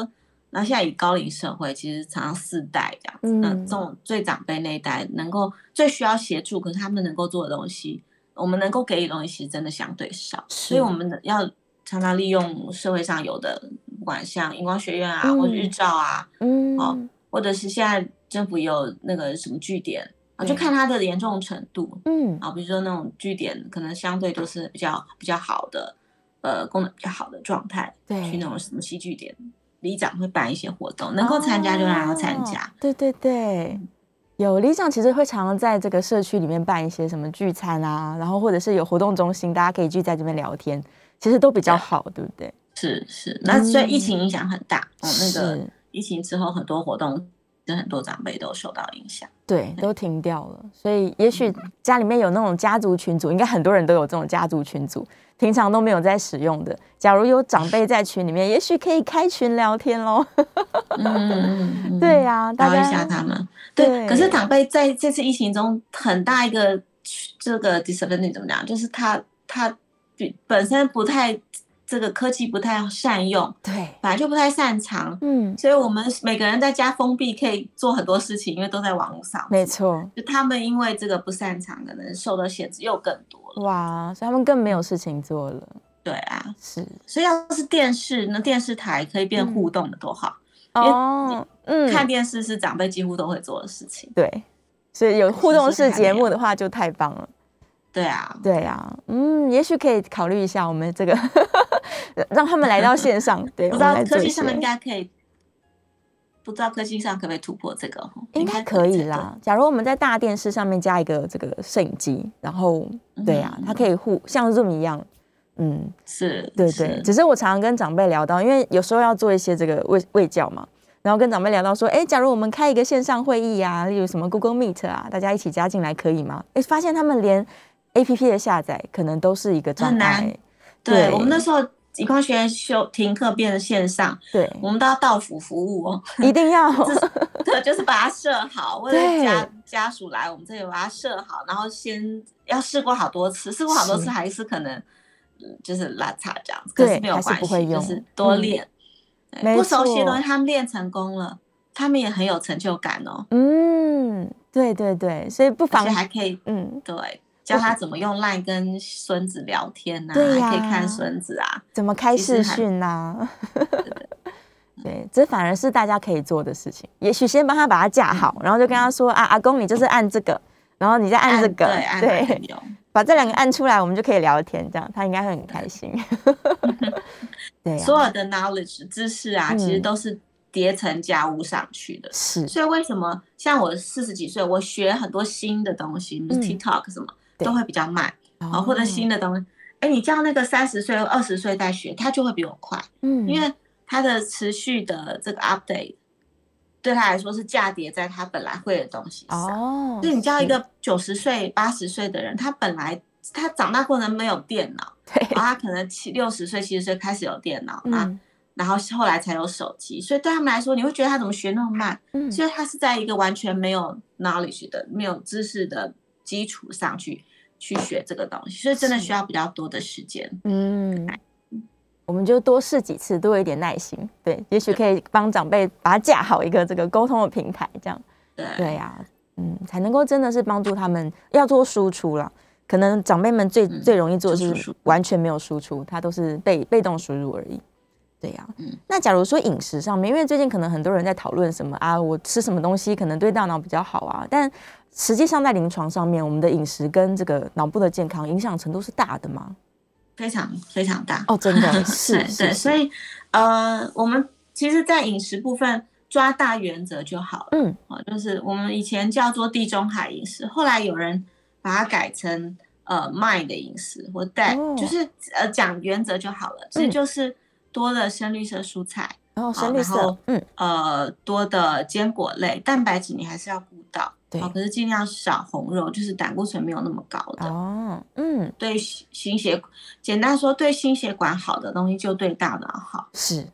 Speaker 3: 然后现在以高龄社会，其实常常四代这样子，那
Speaker 2: 嗯
Speaker 3: 这种最长辈那一代能够最需要协助，可是他们能够做的东西，我们能够给予的东西其实真的相对少，所以
Speaker 2: 是
Speaker 3: 我们要常常利用社会上有的，不管像荧光学院啊，
Speaker 2: 嗯
Speaker 3: 或者日照啊，
Speaker 2: 嗯，
Speaker 3: 好或者是现在政府有那个什么据点啊，就
Speaker 2: 对
Speaker 3: 看它的严重程度，
Speaker 2: 嗯，
Speaker 3: 啊，比如说那种据点，可能相对都是比较比较好的，呃，功能比较好的状态，去
Speaker 2: 对
Speaker 3: 那，种什么戏剧点，里长会办一些活动，能够参加就让他参
Speaker 2: 哦
Speaker 3: 加。。
Speaker 2: 对对对。有里长其实会常常在这个社区里面办一些什么聚餐啊，然后或者是有活动中心，大家可以聚在这边聊天，其实都比较
Speaker 3: 对
Speaker 2: 好，对不对？
Speaker 3: 是是，那所以疫
Speaker 2: 嗯
Speaker 3: 情影响很大，哦，那个
Speaker 2: 是
Speaker 3: 疫情之后很多活动，跟很多长辈都受到影响。
Speaker 2: 对，都停掉了，所以也许家里面有那种家族群组，应该很多人都有这种家族群组，平常都没有在使用的。假如有长辈在群里面，也许可以开群聊天喽。
Speaker 3: 嗯嗯 嗯，
Speaker 2: 对呀、大
Speaker 3: 聊
Speaker 2: 家嗯
Speaker 3: 一下他们。对，可
Speaker 2: 对
Speaker 3: 是长辈在这次疫情中很大一个这个 disability 怎么讲，就是他他比本身不太这个科技不太善用，
Speaker 2: 对，
Speaker 3: 本来就不太擅长，
Speaker 2: 嗯，
Speaker 3: 所以我们每个人在家封闭可以做很多事情，因为都在网络上。
Speaker 2: 没，错，
Speaker 3: 就他们因为这个不擅长，可能受的限制又更多了。
Speaker 2: 哇，所以他们更没有事情做了，
Speaker 3: 对啊，
Speaker 2: 是
Speaker 3: 所以要是电视，那电视台可以变
Speaker 2: 嗯
Speaker 3: 互动的多好。为
Speaker 2: 哦，嗯，
Speaker 3: 看电视是长辈几乎都会做的事情。
Speaker 2: 对，所以有互动式
Speaker 3: 其实还没
Speaker 2: 节
Speaker 3: 有
Speaker 2: 目的话就太棒了。
Speaker 3: 对啊，
Speaker 2: 对啊，嗯，也许可以考虑一下我们这个 ，让他们来到线上，对，
Speaker 3: 不
Speaker 2: 我
Speaker 3: 知
Speaker 2: 们
Speaker 3: 道
Speaker 2: 来
Speaker 3: 科
Speaker 2: 做一
Speaker 3: 技上面
Speaker 2: 些
Speaker 3: 应该可以不知道科技上可不可以突破这个？
Speaker 2: 应该可以啦。假如我们在大电视上面加一个这个摄影机，然后对啊，
Speaker 3: 嗯
Speaker 2: 它可以互像 Zoom 一样，嗯，
Speaker 3: 是，
Speaker 2: 对
Speaker 3: 是
Speaker 2: 对。只是我常常跟长辈聊到，因为有时候要做一些这个卫卫教嘛，然后跟长辈聊到说，哎，假如我们开一个线上会议啊，例如什么 Google Meet 啊，大家一起加进来可以吗？哎，发现他们连 A P P 的下载可能都是一个障
Speaker 3: 很难
Speaker 2: 碍，
Speaker 3: 对
Speaker 2: 对
Speaker 3: 我们那时候理工学院休停课变成线上，
Speaker 2: 对，
Speaker 3: 我们都要到府服务哦。
Speaker 2: 一定 要
Speaker 3: 对，就是把它设好，为
Speaker 2: 对
Speaker 3: 了家家属来，我们这里把它设好，然后先要试过好多次，试过好多
Speaker 2: 是
Speaker 3: 次还是可能嗯就是拉差这样子，
Speaker 2: 对
Speaker 3: 可是没有
Speaker 2: 还是
Speaker 3: 关
Speaker 2: 不会
Speaker 3: 系，就
Speaker 2: 用
Speaker 3: 是多
Speaker 2: 嗯
Speaker 3: 练。对
Speaker 2: 没
Speaker 3: 不熟悉的东
Speaker 2: 错
Speaker 3: 西，他们练成功了，他们也很有成就感哦，
Speaker 2: 嗯，对对对，所以不
Speaker 3: 而
Speaker 2: 妨
Speaker 3: 且还可以
Speaker 2: 嗯，
Speaker 3: 对教他怎么用 LINE 跟孙子聊天呐、
Speaker 2: 对
Speaker 3: 还可以
Speaker 2: 呀
Speaker 3: 看孙子啊，
Speaker 2: 怎么开
Speaker 3: 其实
Speaker 2: 视
Speaker 3: 还
Speaker 2: 讯呐、对，这反而是大家可以做的事情。也许先帮他把它架好，然后就跟他说啊，阿公你就是按这个，然后你再按这个，
Speaker 3: 对，嗯按哪里用
Speaker 2: 把这两个按出来，我们就可以聊天，这样他应该会很开心。 对呀、啊
Speaker 3: 所有的 knowledge 知识啊，其实
Speaker 2: 嗯
Speaker 3: 都是叠层加屋上去的。
Speaker 2: 是，
Speaker 3: 所以为什么像我四十几岁，我学很多新的东西，比如
Speaker 2: 嗯
Speaker 3: TikTok 什么、
Speaker 2: 对
Speaker 3: 都会比较慢啊、
Speaker 2: 哦
Speaker 3: 或者新的东西。哎，你叫那个三十岁、二十岁在学，他就会比我快，
Speaker 2: 嗯
Speaker 3: 因为他的持续的这个 update 对他来说是嫁叠在他本来会的东西上。
Speaker 2: 哦，
Speaker 3: 所以你叫一
Speaker 2: 是
Speaker 3: 个九十岁、八十岁的人，他本来他长大过程没有电脑，
Speaker 2: 对，
Speaker 3: 然后他可能七六十岁、七十岁开始有电脑，啊，
Speaker 2: 嗯
Speaker 3: 然后后来才有手机，所以对他们来说，你会觉得他怎么学那么慢？
Speaker 2: 嗯，
Speaker 3: 所以他是在一个完全没有 knowledge 的、没有知识的基础上去去学这个东西，所以真的
Speaker 2: 是
Speaker 3: 需要比较多的时间。
Speaker 2: 嗯，我们就多试几次，多一点耐心。对，也许可以帮长辈把它架好一个这个沟通的平台，这样。
Speaker 3: 对，
Speaker 2: 对呀、嗯，才能够真的是帮助他们要做输出啦。可能长辈们最、
Speaker 3: 嗯
Speaker 2: 最容易做的
Speaker 3: 就是输出
Speaker 2: 完全没有输出，他都是被被动输入而已。对呀、
Speaker 3: 嗯
Speaker 2: 那假如说饮食上面，因为最近可能很多人在讨论什么啊，我吃什么东西可能对大脑比较好啊，但实际上在临床上面，我们的饮食跟这个脑部的健康影响程度是大的吗？
Speaker 3: 非常非常大。
Speaker 2: 哦，真 的是
Speaker 3: 对
Speaker 2: 是
Speaker 3: 对，
Speaker 2: 是
Speaker 3: 所以呃，我们其实，在饮食部分抓大原则就好了。
Speaker 2: 嗯，
Speaker 3: 啊，就是我们以前叫做地中海饮食，后来有人把它改成呃麦的饮食或带，
Speaker 2: 哦
Speaker 3: 就是呃讲原则就好了。其实
Speaker 2: 嗯
Speaker 3: 就是多了深绿色蔬菜，
Speaker 2: 然后深
Speaker 3: 好
Speaker 2: 哦绿
Speaker 3: 然
Speaker 2: 色
Speaker 3: 后，
Speaker 2: 嗯，
Speaker 3: 呃多的坚果类，蛋白质你还是要顾到，哦
Speaker 2: 对
Speaker 3: 好，可是尽量少红肉，就是胆固醇没有那么高的。
Speaker 2: 哦，嗯，
Speaker 3: 对心心血，简单说，对心血管好的东西就对大脑好，
Speaker 2: 是，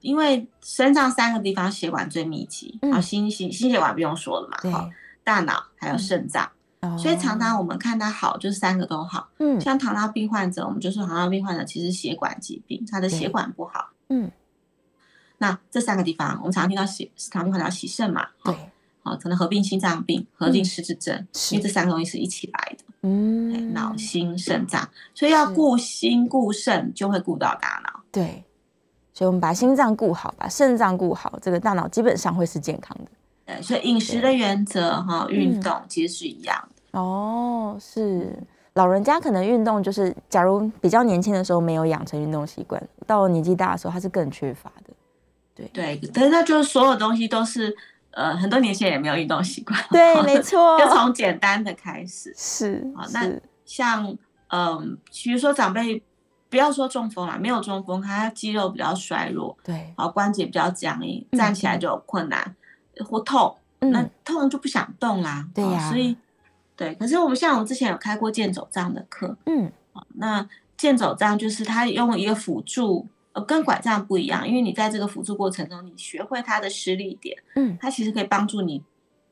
Speaker 3: 因为身上三个地方血管最密集，
Speaker 2: 嗯
Speaker 3: 好、心心心血管不用说了嘛，
Speaker 2: 对，
Speaker 3: 好，大脑还有肾脏，所以常常
Speaker 2: 哦
Speaker 3: 我们看它好，就是三个都好。
Speaker 2: 嗯
Speaker 3: 像糖尿病患者，我们就说糖尿病患者其实血管疾病，他的血
Speaker 2: 对
Speaker 3: 管不好。
Speaker 2: 嗯，
Speaker 3: 那这三个地方，我们常听到洗糖尿病患者要洗肾嘛，
Speaker 2: 对，
Speaker 3: 好、可能合并心脏病、合
Speaker 2: 嗯
Speaker 3: 并失智症，
Speaker 2: 是
Speaker 3: 因为这三个东西是一起来的。对
Speaker 2: 嗯，
Speaker 3: 脑、心、肾脏，所以要
Speaker 2: 是
Speaker 3: 顾心顾肾，就会顾到大脑。
Speaker 2: 对，所以我们把心脏顾好，把肾脏顾好，这个大脑基本上会是健康的。
Speaker 3: 对，所以饮食的原则哈，
Speaker 2: 嗯
Speaker 3: 运动其实是一样的。
Speaker 2: 哦，是老人家可能运动就是，假如比较年轻的时候没有养成运动习惯，到了年纪大的时候，他是更缺乏的。
Speaker 3: 对，但是那就是所有东西都是，呃，很多年轻人也没有运动习惯。
Speaker 2: 对，没错，
Speaker 3: 就从简单的开始，
Speaker 2: 是
Speaker 3: 好那
Speaker 2: 是，
Speaker 3: 像嗯、比如说长辈，不要说中风啦，没有中风，他肌肉比较衰弱，
Speaker 2: 对，
Speaker 3: 好关节比较僵硬，
Speaker 2: 嗯
Speaker 3: 站起来
Speaker 2: 嗯
Speaker 3: 就有困难、或痛，那
Speaker 2: 嗯，
Speaker 3: 痛就不想动啦。
Speaker 2: 对
Speaker 3: 哦
Speaker 2: 呀
Speaker 3: 所以对，可是我们像我们之前有开过健走杖的课，
Speaker 2: 嗯，
Speaker 3: 那健走杖就是它用一个辅助，呃，跟拐杖不一样，因为你在这个辅助过程中，你学会它的施力点，
Speaker 2: 嗯
Speaker 3: 它其实可以帮助你，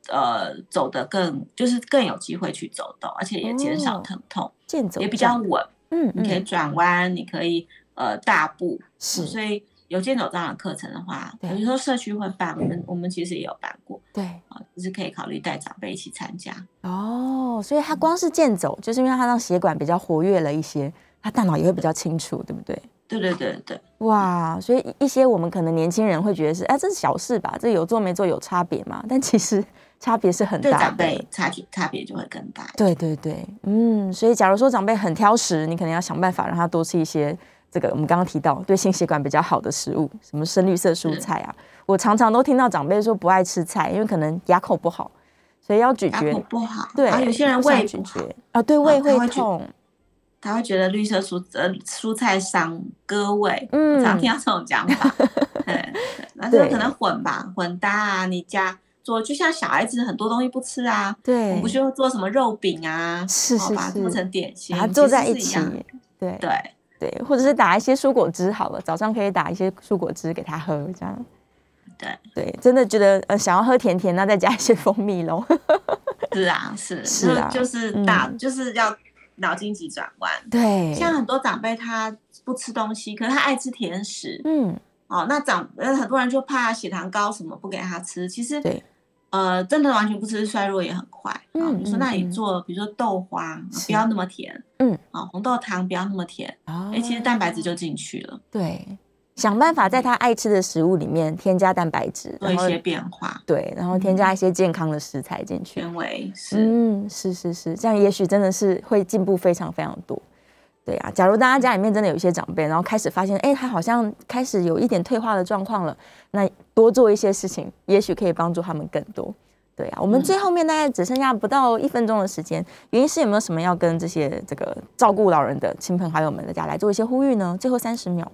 Speaker 3: 呃，走得更就是更有机会去走动，而且也减少
Speaker 2: 哦
Speaker 3: 疼痛，
Speaker 2: 健走
Speaker 3: 也比较
Speaker 2: 杖，
Speaker 3: 稳，
Speaker 2: 嗯
Speaker 3: 你可以
Speaker 2: 嗯，
Speaker 3: 转弯，你可以呃大步，
Speaker 2: 是，
Speaker 3: 所以有健走杖的课程的话，
Speaker 2: 对
Speaker 3: 有时候社区会办，我们我们其实也有办过
Speaker 2: 对。
Speaker 3: 啊，就是可以考虑带长辈一起参加，
Speaker 2: 哦，所以他光是健走，就是因为他让血管比较活跃了一些，他大脑也会比较清楚，对不对？
Speaker 3: 对对对对。
Speaker 2: 哇，所以一些我们可能年轻人会觉得是，哎，这是小事吧，这有做没做有差别嘛？但其实 差别是很
Speaker 3: 对
Speaker 2: 大
Speaker 3: 长
Speaker 2: 的。
Speaker 3: 辈差距差别就会更大一点。
Speaker 2: 对对对，嗯，所以假如说长辈很挑食，你可能要想办法让他多吃一些这个我们刚刚提到对心血管比较好的食物，什么深绿色蔬菜啊，我常常都听到长辈说不爱吃菜，因为可能牙口不好，所以要咀
Speaker 3: 牙
Speaker 2: 嚼
Speaker 3: 口。不好，
Speaker 2: 对，
Speaker 3: 啊，有些人
Speaker 2: 不想
Speaker 3: 胃
Speaker 2: 咀
Speaker 3: 不好，
Speaker 2: 嚼啊，对胃
Speaker 3: 啊他
Speaker 2: 会
Speaker 3: 会咀
Speaker 2: 痛，
Speaker 3: 他会觉得绿色蔬呃蔬菜伤割胃，
Speaker 2: 嗯
Speaker 3: 我常听到这种 讲法，嗯，那这
Speaker 2: 对
Speaker 3: 个可能混吧，混搭啊，你家做就像小孩子很多东西不吃啊，我
Speaker 2: 对
Speaker 3: 们不，就做什么肉饼啊，
Speaker 2: 是
Speaker 3: 哦
Speaker 2: 是
Speaker 3: 把它
Speaker 2: 是
Speaker 3: 做成点心，
Speaker 2: 把它做
Speaker 3: 其实
Speaker 2: 在一
Speaker 3: 是
Speaker 2: 起
Speaker 3: 样的，
Speaker 2: 对
Speaker 3: 对，
Speaker 2: 对，或者是打一些蔬果汁好了，早上可以打一些蔬果汁给他喝，这样。
Speaker 3: 对
Speaker 2: 对，真的觉得呃想要喝甜甜，那再加一些蜂蜜咯。
Speaker 3: 是啊，是
Speaker 2: 是
Speaker 3: 就
Speaker 2: 啊
Speaker 3: 就是
Speaker 2: 嗯
Speaker 3: 大，就是要脑筋急转弯。
Speaker 2: 对，
Speaker 3: 像很多长辈他不吃东西，可是他爱吃甜食，
Speaker 2: 嗯，
Speaker 3: 哦，那长呃很多人就怕血糖高什么不给他吃，其实
Speaker 2: 对，
Speaker 3: 呃，真的完全不吃衰弱也很快。啊、
Speaker 2: 嗯
Speaker 3: 比如说那
Speaker 2: 嗯
Speaker 3: 你
Speaker 2: 嗯
Speaker 3: 做，比如说豆花，啊
Speaker 2: 是
Speaker 3: 不要那么甜，
Speaker 2: 嗯，
Speaker 3: 啊、红豆汤不要那么甜，
Speaker 2: 哦
Speaker 3: 哎、其实蛋白质就进去了，
Speaker 2: 对，想办法在他爱吃的食物里面添加蛋白质，
Speaker 3: 做
Speaker 2: 然
Speaker 3: 一
Speaker 2: 后
Speaker 3: 些嗯变化，
Speaker 2: 对，然后添加一些健康的食材进去。
Speaker 3: 纤维是、
Speaker 2: 嗯，是是是，这样也许真的是会进步非常非常多。对啊，假如大家家里面真的有一些长辈，然后开始发现，哎，他好像开始有一点退化的状况了，那多做一些事情，也许可以帮助他们更多。对啊，我们
Speaker 3: 嗯
Speaker 2: 最后面大概只剩下不到一分钟的时间，原因是有没有什么要跟这些这个照顾老人的亲朋好友们大家来做一些呼吁呢？最后三十秒，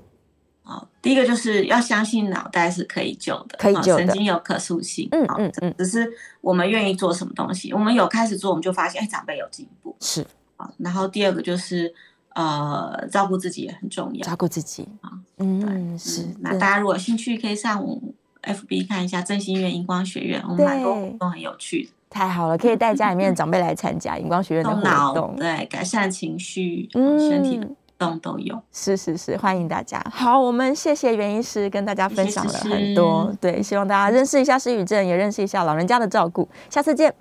Speaker 3: 哦，第一个就是要相信脑袋是可以救的，
Speaker 2: 可以
Speaker 3: 哦
Speaker 2: 救
Speaker 3: 神
Speaker 2: 的
Speaker 3: 经有可塑性，
Speaker 2: 嗯
Speaker 3: 哦
Speaker 2: 嗯嗯
Speaker 3: 只是我们愿意做什么东西，我们有开始做，我们就发现，哎，长辈有进步
Speaker 2: 是
Speaker 3: 啊、然后第二个就是，呃，照顾自己也很重要。
Speaker 2: 照顾自己
Speaker 3: 好。
Speaker 2: 嗯，是
Speaker 3: 嗯，那
Speaker 2: 对
Speaker 3: 大家如果有兴趣，可以上我 FB 看一下振兴医院荧光学院，我们蛮多
Speaker 2: 对
Speaker 3: 活动很有趣的，
Speaker 2: 太好了，可以带家里面的长辈来参加荧光学院的
Speaker 3: 动
Speaker 2: 活
Speaker 3: 脑
Speaker 2: 动。
Speaker 3: 对改善情绪、
Speaker 2: 嗯
Speaker 3: 身体的活动都有。
Speaker 2: 是是是，欢迎大家。好，我们谢谢袁医师跟大家分享了很多，
Speaker 3: 谢谢诗诗
Speaker 2: 对，希望大家认识一下失语症，也认识一下老人家的照顾。下次见，